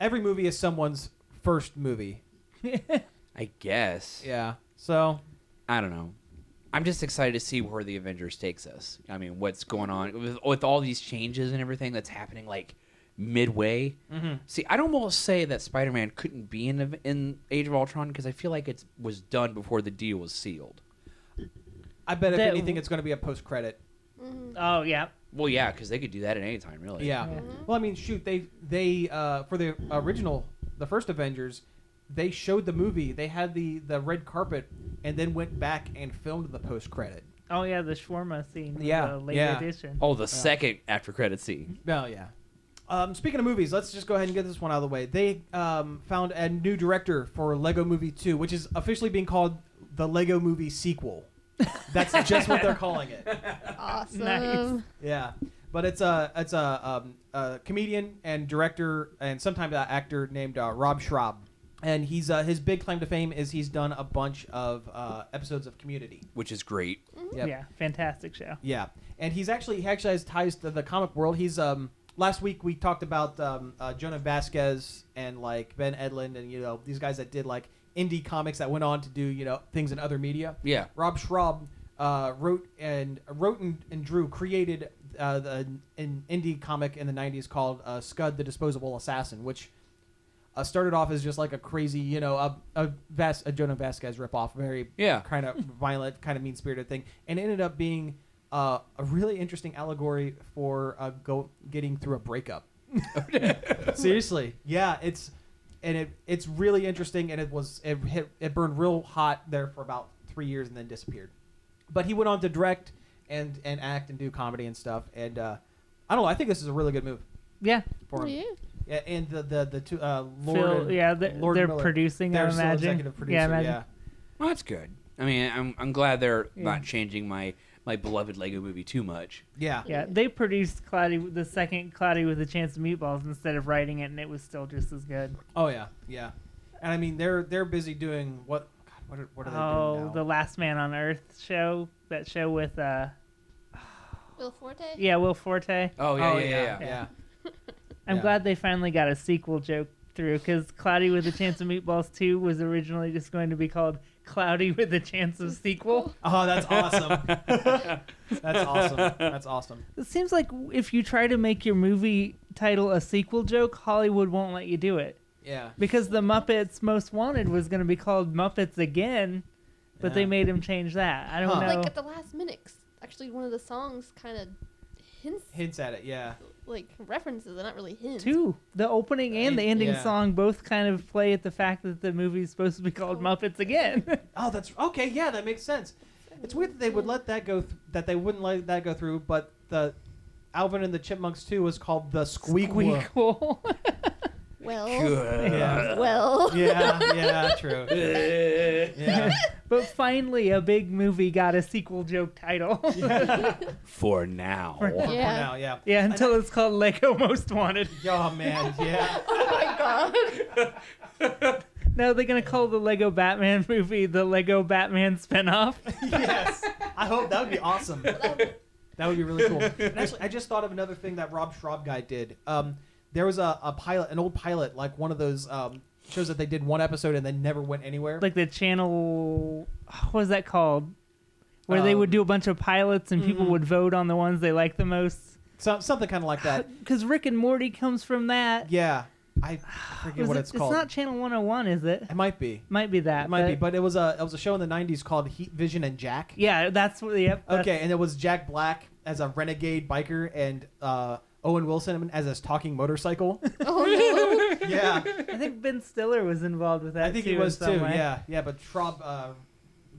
Speaker 1: every movie is someone's first movie.
Speaker 2: I guess.
Speaker 1: Yeah, so
Speaker 2: I don't know. I'm just excited to see where the Avengers takes us. I mean, what's going on with, with all these changes and everything that's happening like midway.
Speaker 1: Mhm.
Speaker 2: See, I'd almost say that Spider-Man couldn't be in Av- in Age of Ultron because I feel like it was done before the deal was sealed.
Speaker 1: I bet if
Speaker 3: That-
Speaker 1: anything, it's going to be a post credit.
Speaker 3: Oh yeah.
Speaker 2: Well, yeah, because they could do that at any time, really.
Speaker 1: Yeah. Well, I mean, shoot, they they uh, for the original, the first Avengers, they showed the movie. They had the the red carpet, and then went back and filmed the post credit.
Speaker 3: Oh yeah, the shawarma scene. was
Speaker 1: Yeah,
Speaker 3: a late
Speaker 1: yeah.
Speaker 3: edition.
Speaker 2: Oh, the second after credit scene.
Speaker 1: Oh yeah. Um, speaking of movies, let's just go ahead and get this one out of the way. They um, found a new director for Lego Movie Two, which is officially being called the Lego Movie sequel. That's just what they're calling it.
Speaker 4: Awesome.
Speaker 3: Nice.
Speaker 1: Yeah, but it's a it's a, um, a comedian and director and sometimes an actor named uh, Rob Schraub, and he's uh, his big claim to fame is he's done a bunch of uh, episodes of Community.
Speaker 2: Which is great.
Speaker 1: Yep.
Speaker 3: Yeah, fantastic show.
Speaker 1: Yeah, and he's actually he actually has ties to the comic world. He's um last week we talked about um, uh, Jonah Vasquez and like Ben Edlund and you know these guys that did like indie comics that went on to do you know things in other media.
Speaker 2: Yeah.
Speaker 1: Rob Schraub uh, wrote and wrote and, and drew created uh, the, an indie comic in the '90s called uh, Scud the Disposable Assassin, which uh, started off as just like a crazy, you know, a a, Vas- a Jonah Vasquez ripoff, very
Speaker 2: Yeah. <laughs>
Speaker 1: kind of violent, kind of mean spirited thing, and it ended up being uh, a really interesting allegory for uh, go getting through a breakup. Seriously, yeah, it's and it it's really interesting, and it was it hit it burned real hot there for about three years and then disappeared. But he went on to direct and and act and do comedy and stuff, and uh, I don't know. I think this is a really good move
Speaker 3: Yeah,
Speaker 1: for him.
Speaker 4: Yeah.
Speaker 1: Yeah, and the the the two uh, Lord
Speaker 3: Phil.
Speaker 1: and
Speaker 3: Yeah, they're,
Speaker 1: Lord
Speaker 3: they're
Speaker 1: Miller.
Speaker 3: producing.
Speaker 1: They're
Speaker 3: I
Speaker 1: still
Speaker 3: imagine.
Speaker 1: executive producer.
Speaker 3: yeah,
Speaker 1: Yeah,
Speaker 3: imagine.
Speaker 2: Well, that's good. I mean, I'm, I'm glad they're
Speaker 3: Yeah.
Speaker 2: not changing my, my beloved Lego movie too much.
Speaker 1: yeah,
Speaker 3: Yeah, they produced Cloudy the second Cloudy with a Chance of Meatballs instead of writing it, and it was still just as good.
Speaker 1: Oh yeah, yeah. And I mean, they're they're busy doing what? God, what are, what are they
Speaker 3: Oh,
Speaker 1: doing now?
Speaker 3: the Last Man on Earth show, that show with uh,
Speaker 5: Will Forte?
Speaker 3: yeah, Will Forte.
Speaker 2: Oh,
Speaker 1: oh yeah,
Speaker 3: yeah.
Speaker 1: yeah.
Speaker 3: I'm
Speaker 1: Yeah.
Speaker 3: glad they finally got a sequel joke through because Cloudy with a Chance of Meatballs 2 was originally just going to be called Cloudy with a Chance of Sequel.
Speaker 1: Oh, that's awesome.
Speaker 3: <laughs>
Speaker 1: that's awesome. That's awesome.
Speaker 3: It seems like if you try to make your movie title a sequel joke, Hollywood won't let you do it
Speaker 1: Yeah.
Speaker 3: because the Muppets Most Wanted was going to be called Muppets Again, but they
Speaker 1: Yeah.
Speaker 3: made him change that. I don't
Speaker 1: Huh.
Speaker 3: know.
Speaker 5: Like at the last minute, 'cause actually one of the songs kind of hints,
Speaker 1: Hints at it. Yeah.
Speaker 5: like references, they're not really hints.
Speaker 3: Two, the opening and the
Speaker 1: Right,
Speaker 3: ending
Speaker 1: yeah.
Speaker 3: song both kind of play at the fact that the movie's supposed to be called Muppets Again. <laughs>
Speaker 1: Oh, that's okay. Yeah, that makes sense. It's weird that they would let that go. Th- that they wouldn't let that go through. But the Alvin and the Chipmunks too was called the Squeak. Squeak.
Speaker 3: Squeakquel.
Speaker 5: Well,
Speaker 1: <laughs> Yeah.
Speaker 5: well.
Speaker 1: yeah. <laughs> Yeah. True.
Speaker 2: <laughs>
Speaker 1: Yeah.
Speaker 3: But finally, a big movie got a sequel joke title. <laughs>
Speaker 2: For now.
Speaker 5: <laughs>
Speaker 1: For
Speaker 5: <laughs> Yeah.
Speaker 1: now, yeah.
Speaker 3: yeah, until it's called Lego Most Wanted.
Speaker 1: Oh man, yeah. <laughs>
Speaker 5: Oh my god.
Speaker 3: No, they're gonna call the Lego Batman <laughs> movie the Lego Batman spinoff.
Speaker 1: yes. I hope that would be awesome. That would be really cool. And actually, I just thought of another thing that Rob Schraub guy did. Um, there was a, a pilot, an old pilot, like one of those um, shows that they did one episode and then never went anywhere.
Speaker 3: Like the channel, what was that called? Where they would
Speaker 1: Um, mm-hmm.
Speaker 3: do a bunch of pilots and people would vote on the ones they like the most.
Speaker 1: so, something kind of like
Speaker 3: <sighs>
Speaker 1: that.
Speaker 3: Because Rick and Morty comes from that.
Speaker 1: Yeah. I forget
Speaker 3: Was
Speaker 1: what
Speaker 3: it-
Speaker 1: it's called.
Speaker 3: not Channel 101, is it?
Speaker 1: it might be.
Speaker 3: Might be that.
Speaker 1: It might be. But it was a it was a show in the '90s called Heat Vision and Jack.
Speaker 3: yeah, that's what. Yep. that's-
Speaker 1: Okay, and it was Jack Black as a renegade biker and uh, Owen Wilson as his talking
Speaker 3: <laughs>
Speaker 1: motorcycle.
Speaker 5: <laughs> Oh
Speaker 1: yeah.
Speaker 3: I think Ben Stiller was involved with that.
Speaker 1: I think
Speaker 3: too
Speaker 1: he
Speaker 3: in
Speaker 1: was too.
Speaker 3: some way.
Speaker 1: Yeah, yeah. But Traub, uh,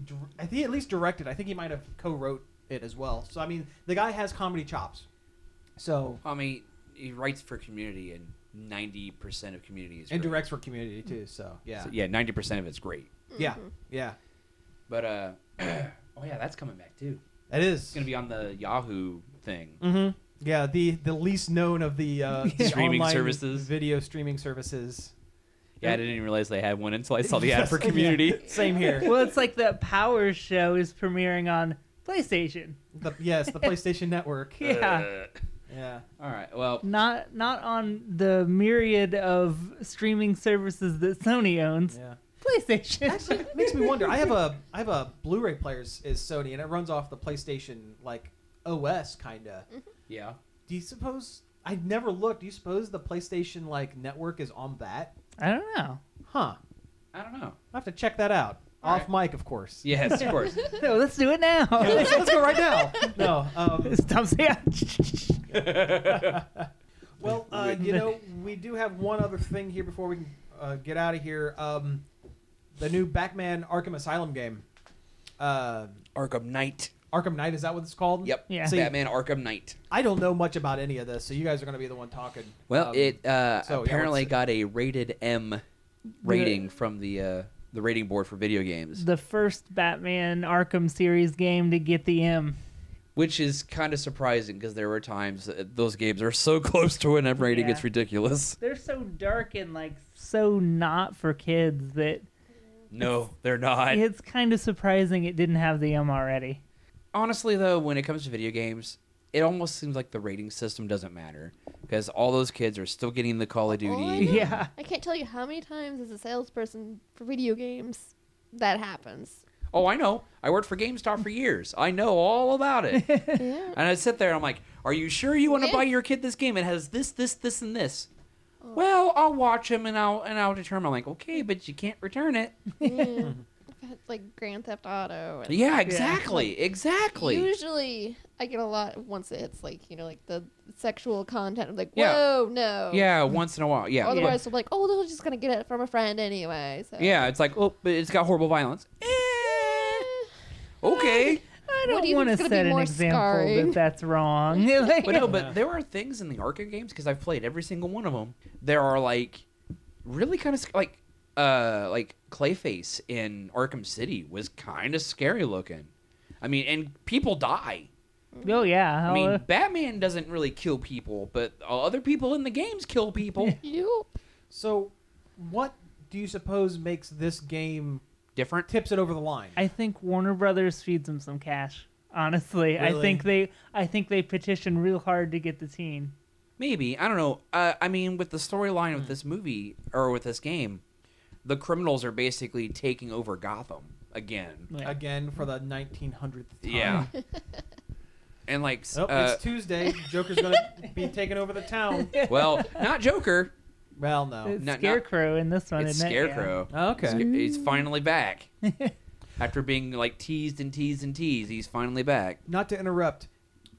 Speaker 1: dir- I think he at least directed. I think he might have co-wrote it as well. So I mean, the guy has comedy chops. So
Speaker 2: I mean, he writes for community, and 90% of community is
Speaker 1: and
Speaker 2: great.
Speaker 1: directs for Community too. So yeah,
Speaker 2: So, yeah, 90% of it's great.
Speaker 1: yeah,
Speaker 3: Mm-hmm.
Speaker 1: yeah.
Speaker 2: But, uh, <clears throat> oh, yeah, that's coming back, too.
Speaker 1: It
Speaker 2: It's
Speaker 1: is.
Speaker 2: going to be on the Yahoo thing.
Speaker 1: Mm-hmm. Yeah, the the least known of the, uh,
Speaker 2: <laughs>
Speaker 1: the
Speaker 2: Streaming
Speaker 1: online
Speaker 2: services.
Speaker 1: video streaming services.
Speaker 2: Yeah, I didn't even realize they had one until I saw the ad
Speaker 1: <laughs>
Speaker 2: for
Speaker 1: Yes, yeah.
Speaker 2: community.
Speaker 1: Same here.
Speaker 3: well, it's like the Power Show is premiering on PlayStation.
Speaker 1: the, yes, the PlayStation <laughs> Network.
Speaker 2: Uh.
Speaker 3: Yeah,
Speaker 1: Yeah.
Speaker 2: <laughs> all right. Well,
Speaker 3: not not on the myriad of streaming services that Sony owns.
Speaker 1: Yeah.
Speaker 3: PlayStation.
Speaker 1: Actually, it makes me wonder. I have a I have a Blu-ray player is is Sony, and it runs off the PlayStation like OS kinda.
Speaker 2: yeah.
Speaker 1: Do you suppose? I never looked. Do you suppose the PlayStation like network is on that?
Speaker 3: I don't know.
Speaker 1: Huh.
Speaker 2: I don't know.
Speaker 1: I have to check that out.
Speaker 2: All
Speaker 1: Off mic, of course.
Speaker 2: Yes, of course. <laughs>
Speaker 3: No, let's do it now.
Speaker 1: Yeah, let's, <laughs> let's go right now. No. <laughs> Um,
Speaker 3: <laughs> Stop saying.
Speaker 1: well,
Speaker 2: <laughs>
Speaker 1: uh, you know, we do have one other thing here before we can uh, get out of here. Um, the new Batman Arkham Asylum game. Uh,
Speaker 2: Arkham Knight.
Speaker 1: Arkham Knight, is that what it's called?
Speaker 2: Yep.
Speaker 3: Yeah.
Speaker 1: See,
Speaker 2: Batman Arkham Knight.
Speaker 1: I don't know much about any of this, so you guys are going to be the one talking.
Speaker 2: Well,
Speaker 1: Um,
Speaker 2: it uh,
Speaker 1: so, yeah,
Speaker 2: apparently
Speaker 1: what's-
Speaker 2: got a rated M rating from the uh, the rating board for video games,
Speaker 3: the first Batman Arkham series game to get the M.
Speaker 2: which is kind of surprising because there were times that those games are so <laughs> close to an M rating,
Speaker 3: Yeah.
Speaker 2: it's ridiculous.
Speaker 3: They're so dark and like so not for kids that
Speaker 2: No, they're not.
Speaker 3: it's kind of surprising it didn't have the M already.
Speaker 2: Honestly, though, when it comes to video games, it almost seems like the rating system doesn't matter because all those kids are still getting the Call of
Speaker 5: All I
Speaker 2: Duty.
Speaker 5: know-
Speaker 3: Yeah.
Speaker 5: I can't tell you how many times as a salesperson for video games that happens.
Speaker 2: Oh, I know. I worked for GameStop for years. I know all about it.
Speaker 5: <laughs> yeah.
Speaker 2: And I sit there and I'm like, Are you sure you want to
Speaker 5: Yeah.
Speaker 2: buy your kid this game? It has this, this, this, and this. Well, I'll watch him and I'll and I'll determine. I'm like, okay, but you can't return it.
Speaker 5: yeah. like Grand Theft Auto. And
Speaker 2: Yeah, exactly, exactly.
Speaker 5: Usually, I get a lot once it hits like you know like the sexual content. I'm like,
Speaker 2: Yeah.
Speaker 5: whoa,
Speaker 4: Oh.
Speaker 5: no.
Speaker 2: Yeah, once in a while. Yeah,
Speaker 5: Otherwise, I'm like, oh, they're just gonna get it from a friend anyway. So.
Speaker 2: yeah. It's like, oh, but it's got horrible violence. Eh, okay,
Speaker 3: I
Speaker 5: What
Speaker 3: don't
Speaker 5: do you
Speaker 3: want to
Speaker 5: think's gonna be
Speaker 3: set an
Speaker 5: more
Speaker 3: example
Speaker 5: scarring?
Speaker 3: that
Speaker 5: <laughs>
Speaker 3: that's wrong. Like-
Speaker 2: but no, but there are things in the arcade games because I've played every single one of them. There are like really kind of like uh like Clayface in Arkham City was kind of scary looking. I mean, and people die.
Speaker 3: oh yeah,
Speaker 2: I mean,
Speaker 3: I'll-
Speaker 2: Batman doesn't really kill people, but other people in the games kill people.
Speaker 5: You
Speaker 1: So, what do you suppose makes this game
Speaker 2: Different.
Speaker 1: tips it over the line?
Speaker 3: I think Warner Brothers feeds them some cash. Honestly, I
Speaker 1: Really?
Speaker 3: think they I think they petition real hard to get the teen.
Speaker 2: Maybe. I don't know. Uh, I mean, with the storyline of this movie, or with this game, the criminals are basically taking over Gotham
Speaker 3: <laughs>
Speaker 2: again.
Speaker 3: Yeah.
Speaker 1: Again for the 1900th time.
Speaker 2: Yeah. <laughs> and, like, s-
Speaker 1: Oh,
Speaker 2: uh,
Speaker 1: it's Tuesday. Joker's gonna
Speaker 2: <laughs>
Speaker 1: be taking over the
Speaker 3: <laughs>
Speaker 1: town.
Speaker 2: well, not Joker.
Speaker 1: Well, no.
Speaker 3: It's
Speaker 2: not-
Speaker 3: Scarecrow in this one,
Speaker 2: it's
Speaker 3: isn't it? Yeah.
Speaker 2: Scarecrow. Sca-
Speaker 1: Okay.
Speaker 2: He's finally back. After being, like, teased and teased and teased, he's finally back.
Speaker 1: Not to interrupt,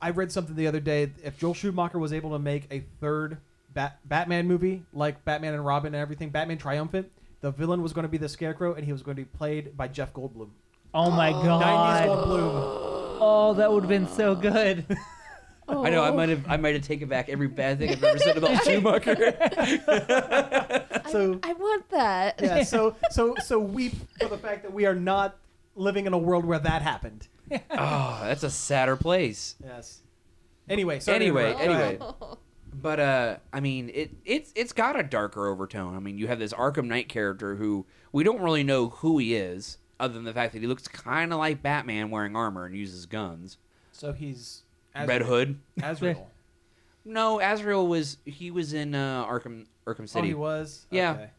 Speaker 1: I read something the other day. If Joel Schumacher was able to make a third Bat- Batman movie, like Batman and Robin and everything, Batman Triumphant, the villain was going to be the Scarecrow, and he was going to be played by Jeff Goldblum.
Speaker 5: <gasps>
Speaker 3: Oh
Speaker 2: <gasps>
Speaker 3: my
Speaker 1: 90s
Speaker 3: god.
Speaker 1: <laughs> Goldblum.
Speaker 3: Oh, that would have been <gasps> so good.
Speaker 2: I
Speaker 4: Oh.
Speaker 2: know I
Speaker 5: Oh,
Speaker 2: might have I might have taken back every bad thing I've ever said about Schumacher. <laughs>
Speaker 1: So
Speaker 5: I want that. <laughs>
Speaker 1: yeah, so so so weep for the fact that we are not living in a world where that happened.
Speaker 2: oh, that's a sadder place.
Speaker 1: Yes. Anyway, sorry to
Speaker 2: Anyway,
Speaker 1: interrupt. Go
Speaker 2: anyway.
Speaker 1: <laughs> ahead.
Speaker 2: But uh, I mean, it it's it's got a darker overtone. I mean, you have this Arkham Knight character who we don't really know who he is, other than the fact that he looks kind of like Batman wearing armor and uses guns.
Speaker 1: So he's
Speaker 2: Red Hood.
Speaker 1: Azrael.
Speaker 2: No, Azrael was he was in uh, Arkham Arkham
Speaker 1: Oh,
Speaker 2: City.
Speaker 1: he was.
Speaker 2: Yeah.
Speaker 1: Okay.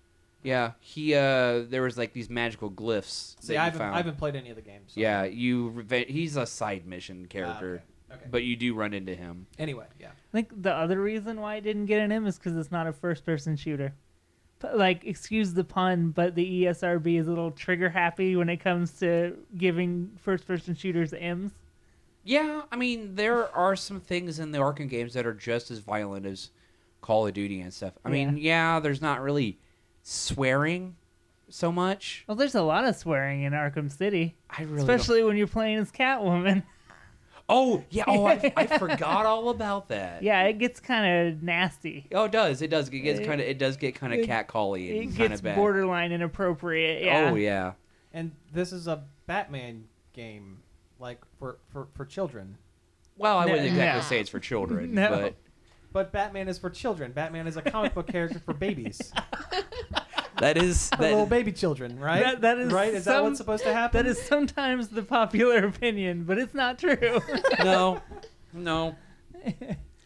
Speaker 2: Yeah, he uh, there was like these magical glyphs. that
Speaker 1: See,
Speaker 2: you
Speaker 1: I haven't,
Speaker 2: found.
Speaker 1: I haven't played any of the games. so-
Speaker 2: Yeah, you. reve- He's a side mission character,
Speaker 1: Ah, okay. Okay.
Speaker 2: but you do run into him.
Speaker 1: Anyway, yeah.
Speaker 3: I think the other reason why it didn't get an M is because it's not a first person shooter. But, like, excuse the pun, but the E ESRB is a little trigger happy when it comes to giving first person shooters M's.
Speaker 2: Yeah, I mean, there are some things in the Arkham games that are just as violent as Call of Duty and stuff. I mean, yeah, there's not really swearing so much.
Speaker 3: Well, there's a lot of swearing in Arkham City,
Speaker 2: I really don't-
Speaker 3: especially when you're playing as Catwoman.
Speaker 2: <laughs>
Speaker 3: <laughs>
Speaker 2: Oh, yeah. Oh, I, I forgot all about that.
Speaker 3: Yeah, it gets kind of nasty.
Speaker 2: Oh, it does. It does. It gets
Speaker 3: It-
Speaker 2: kind of. It does get kind of
Speaker 3: it-
Speaker 2: catcally
Speaker 3: It
Speaker 2: and kind
Speaker 3: gets
Speaker 2: of bad.
Speaker 3: borderline inappropriate. Yeah.
Speaker 2: Oh yeah.
Speaker 1: And this is a Batman game, like for for, for children.
Speaker 2: Well, I
Speaker 3: No,
Speaker 2: wouldn't exactly
Speaker 3: no.
Speaker 2: say it's for children,
Speaker 3: <laughs> No.
Speaker 2: but
Speaker 1: But Batman is for children. Batman is a comic book character for
Speaker 3: <laughs>
Speaker 1: babies,
Speaker 2: that is
Speaker 1: for little
Speaker 2: that.
Speaker 1: baby children, right?
Speaker 3: That- that is
Speaker 1: right. Is that
Speaker 3: some-
Speaker 1: what's supposed to happen?
Speaker 3: That is sometimes the popular opinion, but it's not true.
Speaker 2: no, no.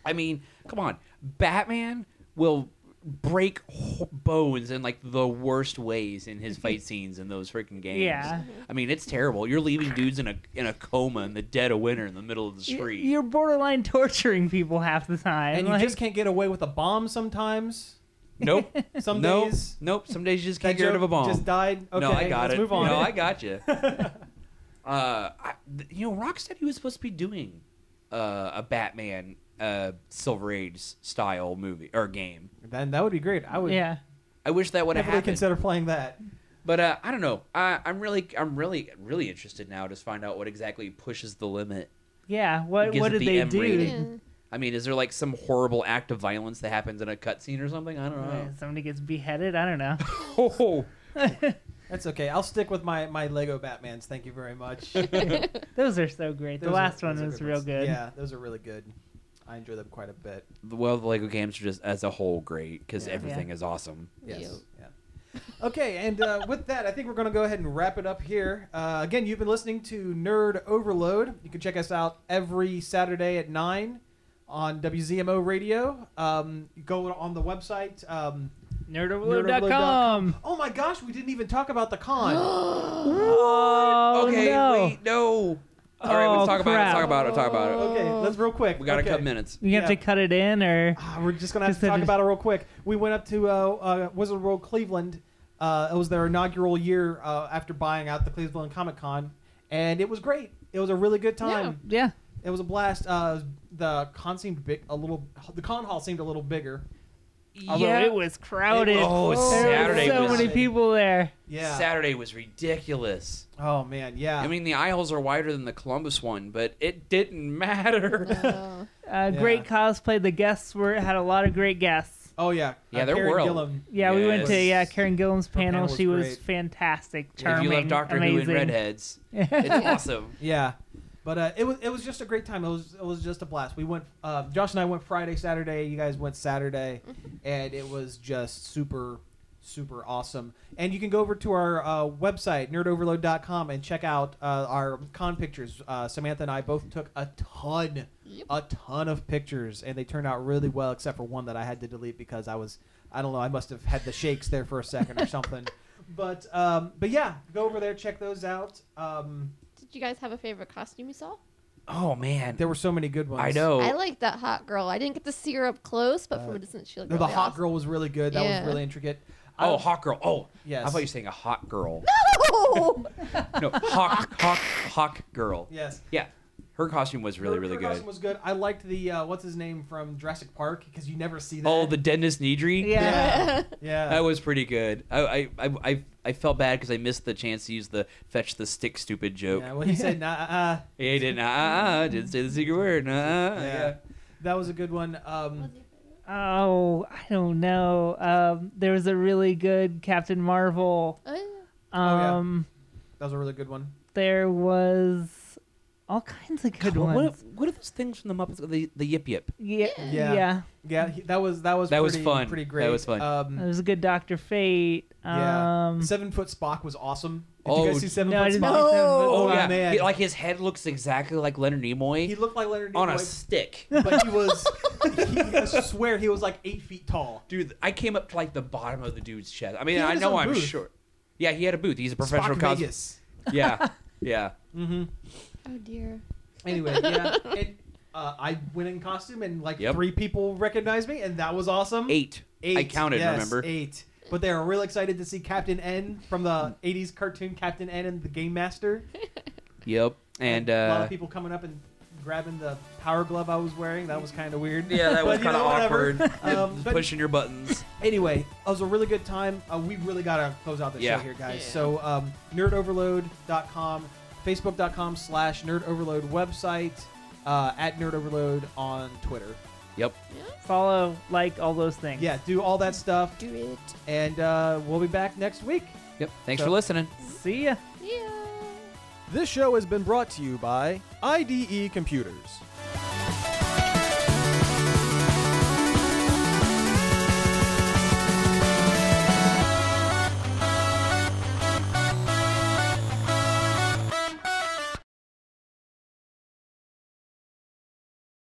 Speaker 2: I mean, come on. Batman will break ho- bones in like the worst ways in his fight scenes in those freaking games.
Speaker 3: Yeah.
Speaker 2: I mean it's terrible. You're leaving dudes in a in a coma in the dead of winter in the middle of the
Speaker 3: <laughs> Y-
Speaker 2: street.
Speaker 3: You're borderline torturing people half the time.
Speaker 1: and you
Speaker 3: like,
Speaker 1: just can't get away with a bomb sometimes.
Speaker 2: Nope.
Speaker 1: <laughs> Some
Speaker 2: nope.
Speaker 1: days
Speaker 2: Nope. Some days you just
Speaker 1: that
Speaker 2: can't get rid
Speaker 1: joke
Speaker 2: of a bomb.
Speaker 1: Just died. Okay,
Speaker 2: no, I got
Speaker 1: let's
Speaker 2: it.
Speaker 1: Move on.
Speaker 2: No, I
Speaker 1: <laughs>
Speaker 2: got you. uh, I, th- you know, Rocksteady was supposed to be doing uh, a Batman uh, Silver Age style movie or game.
Speaker 1: Then that would be great. I would
Speaker 3: yeah.
Speaker 2: I wish that would have
Speaker 1: definitely
Speaker 2: happened.
Speaker 1: consider playing that.
Speaker 2: But uh, I don't know. I, I'm really, I'm really, really interested now to find out what exactly pushes the limit.
Speaker 3: Yeah. What
Speaker 2: Gives
Speaker 3: what
Speaker 2: it
Speaker 3: did
Speaker 2: the
Speaker 3: they
Speaker 2: M
Speaker 3: do?
Speaker 2: rating. <laughs> I mean, is there like some horrible act of violence that happens in a cutscene or something?
Speaker 1: Oh.
Speaker 2: I don't know.
Speaker 3: Uh, Somebody gets beheaded. I
Speaker 2: <laughs>
Speaker 3: don't know. <laughs>
Speaker 2: Oh,
Speaker 1: That's okay. I'll stick with my my Lego Batman's. Thank you very
Speaker 3: <laughs>
Speaker 1: much.
Speaker 3: Those are so great. the
Speaker 1: Those are-
Speaker 3: last
Speaker 1: those
Speaker 3: one
Speaker 1: are
Speaker 3: was
Speaker 1: good
Speaker 3: real
Speaker 1: ones.
Speaker 3: good.
Speaker 1: Yeah, those are really good. I enjoy them quite a bit.
Speaker 2: well, the Lego games are just as a whole great because
Speaker 1: Yeah.
Speaker 2: everything is awesome.
Speaker 1: Yes. Yeah. Okay, and uh, with that, I think we're going to go ahead and wrap it up here. Uh, again, you've been listening to Nerd Overload. You can check us out every Saturday at 9 on WZMO Radio. Um, you go on the website. Um,
Speaker 3: Nerdoverload.com.
Speaker 1: Oh my gosh, we didn't even talk about the
Speaker 3: <gasps>
Speaker 1: con.
Speaker 3: Oh,
Speaker 2: okay,
Speaker 3: no.
Speaker 2: wait, no. All right,
Speaker 3: Oh,
Speaker 2: let's talk about it. Let's
Speaker 3: crap.
Speaker 2: talk about it. Let's talk about it.
Speaker 1: okay, let's real quick.
Speaker 2: We got a
Speaker 1: okay.
Speaker 2: couple minutes.
Speaker 3: You have
Speaker 1: Yeah.
Speaker 3: to cut it in, or
Speaker 1: Ah, we're just gonna have
Speaker 3: Just
Speaker 1: to
Speaker 3: to
Speaker 1: talk
Speaker 3: just-
Speaker 1: about it real quick. We went up to uh, uh, Wizard World Cleveland. Uh, it was their inaugural year uh, after buying out the Cleveland Comic Con, and it was great. It was a really good time.
Speaker 3: yeah,
Speaker 1: It was a blast. Uh, the con seemed big, a little. The con hall seemed a little bigger.
Speaker 3: although
Speaker 2: Yeah.
Speaker 3: it was crowded.
Speaker 2: Oh,
Speaker 3: there
Speaker 2: Saturday
Speaker 3: were so
Speaker 2: was
Speaker 3: many people there.
Speaker 1: Yeah.
Speaker 2: Saturday was ridiculous.
Speaker 1: Oh man, yeah.
Speaker 2: I mean, the aisles are wider than the Columbus one, but it didn't <laughs> matter.
Speaker 4: No.
Speaker 3: Uh, Great cosplay. The guests were had a lot of great guests.
Speaker 1: oh yeah.
Speaker 2: Yeah,
Speaker 1: Uh,
Speaker 2: there
Speaker 1: Karen
Speaker 2: were a-
Speaker 1: Gillan.
Speaker 3: Yeah, we went to
Speaker 2: Yes.
Speaker 3: yeah Karen Gillum's
Speaker 1: panel
Speaker 3: panel.
Speaker 1: was
Speaker 3: she was
Speaker 1: great.
Speaker 3: fantastic,
Speaker 2: if
Speaker 3: charming,
Speaker 2: you love Doctor
Speaker 3: amazing.
Speaker 2: Who and
Speaker 3: <laughs>
Speaker 2: redheads, it's awesome.
Speaker 1: Yeah. But uh, it was it was just a great time. It was it was just a blast. We went. Uh, Josh and I went Friday, Saturday. You guys went Saturday, and it was just super, super awesome. And you can go over to our uh, website nerdoverload.com and check out uh, our con pictures. Uh, Samantha and I both took a ton,
Speaker 4: Yep.
Speaker 1: a ton of pictures, and they turned out really well, except for one that I had to delete because I was I don't know I must have had the shakes there for a second or something. But um, but yeah, go over there, check those out. Um,
Speaker 5: Did you guys have a favorite costume you saw?
Speaker 2: Oh man,
Speaker 1: There were so many good ones.
Speaker 2: I know.
Speaker 5: I liked that hot girl. I didn't get to see her up close, but
Speaker 1: Uh,
Speaker 5: from a distance, she looked
Speaker 1: No, the
Speaker 5: really
Speaker 1: hot
Speaker 5: awesome.
Speaker 1: girl was really good. That
Speaker 5: Yeah.
Speaker 1: was really intricate.
Speaker 2: oh,
Speaker 1: I-
Speaker 2: hot girl. Oh,
Speaker 1: Yes.
Speaker 2: I thought you were saying a hot girl.
Speaker 5: Oh!
Speaker 2: no, hawk, hawk, hawk girl.
Speaker 1: Yes.
Speaker 2: Yeah, her costume was really,
Speaker 1: Her-
Speaker 2: really
Speaker 1: her
Speaker 2: good.
Speaker 1: costume was good. I liked the uh, what's his name from Jurassic Park because you never see that.
Speaker 2: Oh, the Dennis Nedry.
Speaker 3: Yeah.
Speaker 1: yeah. yeah.
Speaker 2: That was pretty good. I I, I, I, I felt bad because I missed the chance to use the fetch the stick stupid joke.
Speaker 1: yeah. When he said nah,
Speaker 2: <laughs>
Speaker 1: uh,
Speaker 2: He didn't. Uh, uh, didn't say the secret word. Uh,
Speaker 1: uh,
Speaker 2: uh,
Speaker 1: yeah,
Speaker 2: yeah.
Speaker 1: that was a good one. Um,
Speaker 3: Oh, I don't know. Um, there was a really good Captain Marvel.
Speaker 5: <laughs> Oh, yeah.
Speaker 1: yeah.
Speaker 3: Um,
Speaker 1: that was a really good one.
Speaker 3: there was all kinds of good
Speaker 2: what,
Speaker 3: ones.
Speaker 2: what, what are those things from the Muppets? The the yip yip.
Speaker 3: Yeah,
Speaker 1: Yeah.
Speaker 3: yeah,
Speaker 1: Yeah, he, that was that was
Speaker 2: That was
Speaker 1: pretty,
Speaker 2: fun.
Speaker 1: Pretty
Speaker 2: That
Speaker 1: great.
Speaker 2: was fun.
Speaker 3: There
Speaker 1: Um,
Speaker 3: was a good Doctor Fate.
Speaker 1: Yeah.
Speaker 3: Um,
Speaker 1: seven foot Spock was awesome. Did
Speaker 2: Oh,
Speaker 1: you guys see seven
Speaker 3: no, I
Speaker 1: foot
Speaker 3: didn't.
Speaker 1: Spock?
Speaker 3: see them, but-
Speaker 2: Oh, yeah,
Speaker 1: man.
Speaker 2: He- like his head looks exactly like Leonard Nimoy
Speaker 1: He looked like Leonard
Speaker 2: on a
Speaker 1: Nimoy,
Speaker 2: stick.
Speaker 1: but he was. he, I swear he was like eight feet tall.
Speaker 2: Dude, I came up to like the bottom of the dude's chest. I mean,
Speaker 1: He had
Speaker 2: I
Speaker 1: his
Speaker 2: know
Speaker 1: own
Speaker 2: I'm
Speaker 1: booth.
Speaker 2: short. Yeah, he had a booth. He's a professional
Speaker 1: Spock
Speaker 2: cos-
Speaker 1: Vegas. <laughs>
Speaker 2: Yeah, yeah.
Speaker 1: Mm-hmm.
Speaker 5: Oh, dear.
Speaker 1: Anyway,
Speaker 2: <laughs>
Speaker 1: yeah, and uh, I went in costume, and like
Speaker 2: Yep.
Speaker 1: three people recognized me, and that was awesome.
Speaker 2: Eight.
Speaker 1: Eight,
Speaker 2: I counted.
Speaker 1: yes,
Speaker 2: remember?
Speaker 1: eight. But they were real excited to see Captain N from the '80s cartoon Captain N and the Game Master,
Speaker 2: Yep. And
Speaker 1: a lot
Speaker 2: uh,
Speaker 1: of people coming up and grabbing the power glove I was wearing. That was kind of weird.
Speaker 2: yeah, that
Speaker 1: But,
Speaker 2: was
Speaker 1: you
Speaker 2: kind of
Speaker 1: know, whatever.
Speaker 2: awkward.
Speaker 1: <laughs> Um, but-
Speaker 2: pushing your buttons.
Speaker 1: Anyway, it was a really good time. Uh, we really got to close out the
Speaker 2: Yeah.
Speaker 1: show here, guys.
Speaker 4: Yeah.
Speaker 1: So, um, nerdoverload.com, facebook.com slash nerdoverload website, uh, at nerdoverload on Twitter.
Speaker 2: Yep.
Speaker 3: follow, like all those things.
Speaker 1: Yeah, do all that stuff.
Speaker 5: Do it.
Speaker 1: And uh, we'll be back next week.
Speaker 2: Yep. Thanks
Speaker 1: So-
Speaker 2: for listening.
Speaker 3: See ya.
Speaker 5: Yeah.
Speaker 1: This show has been brought to you by IDE Computers.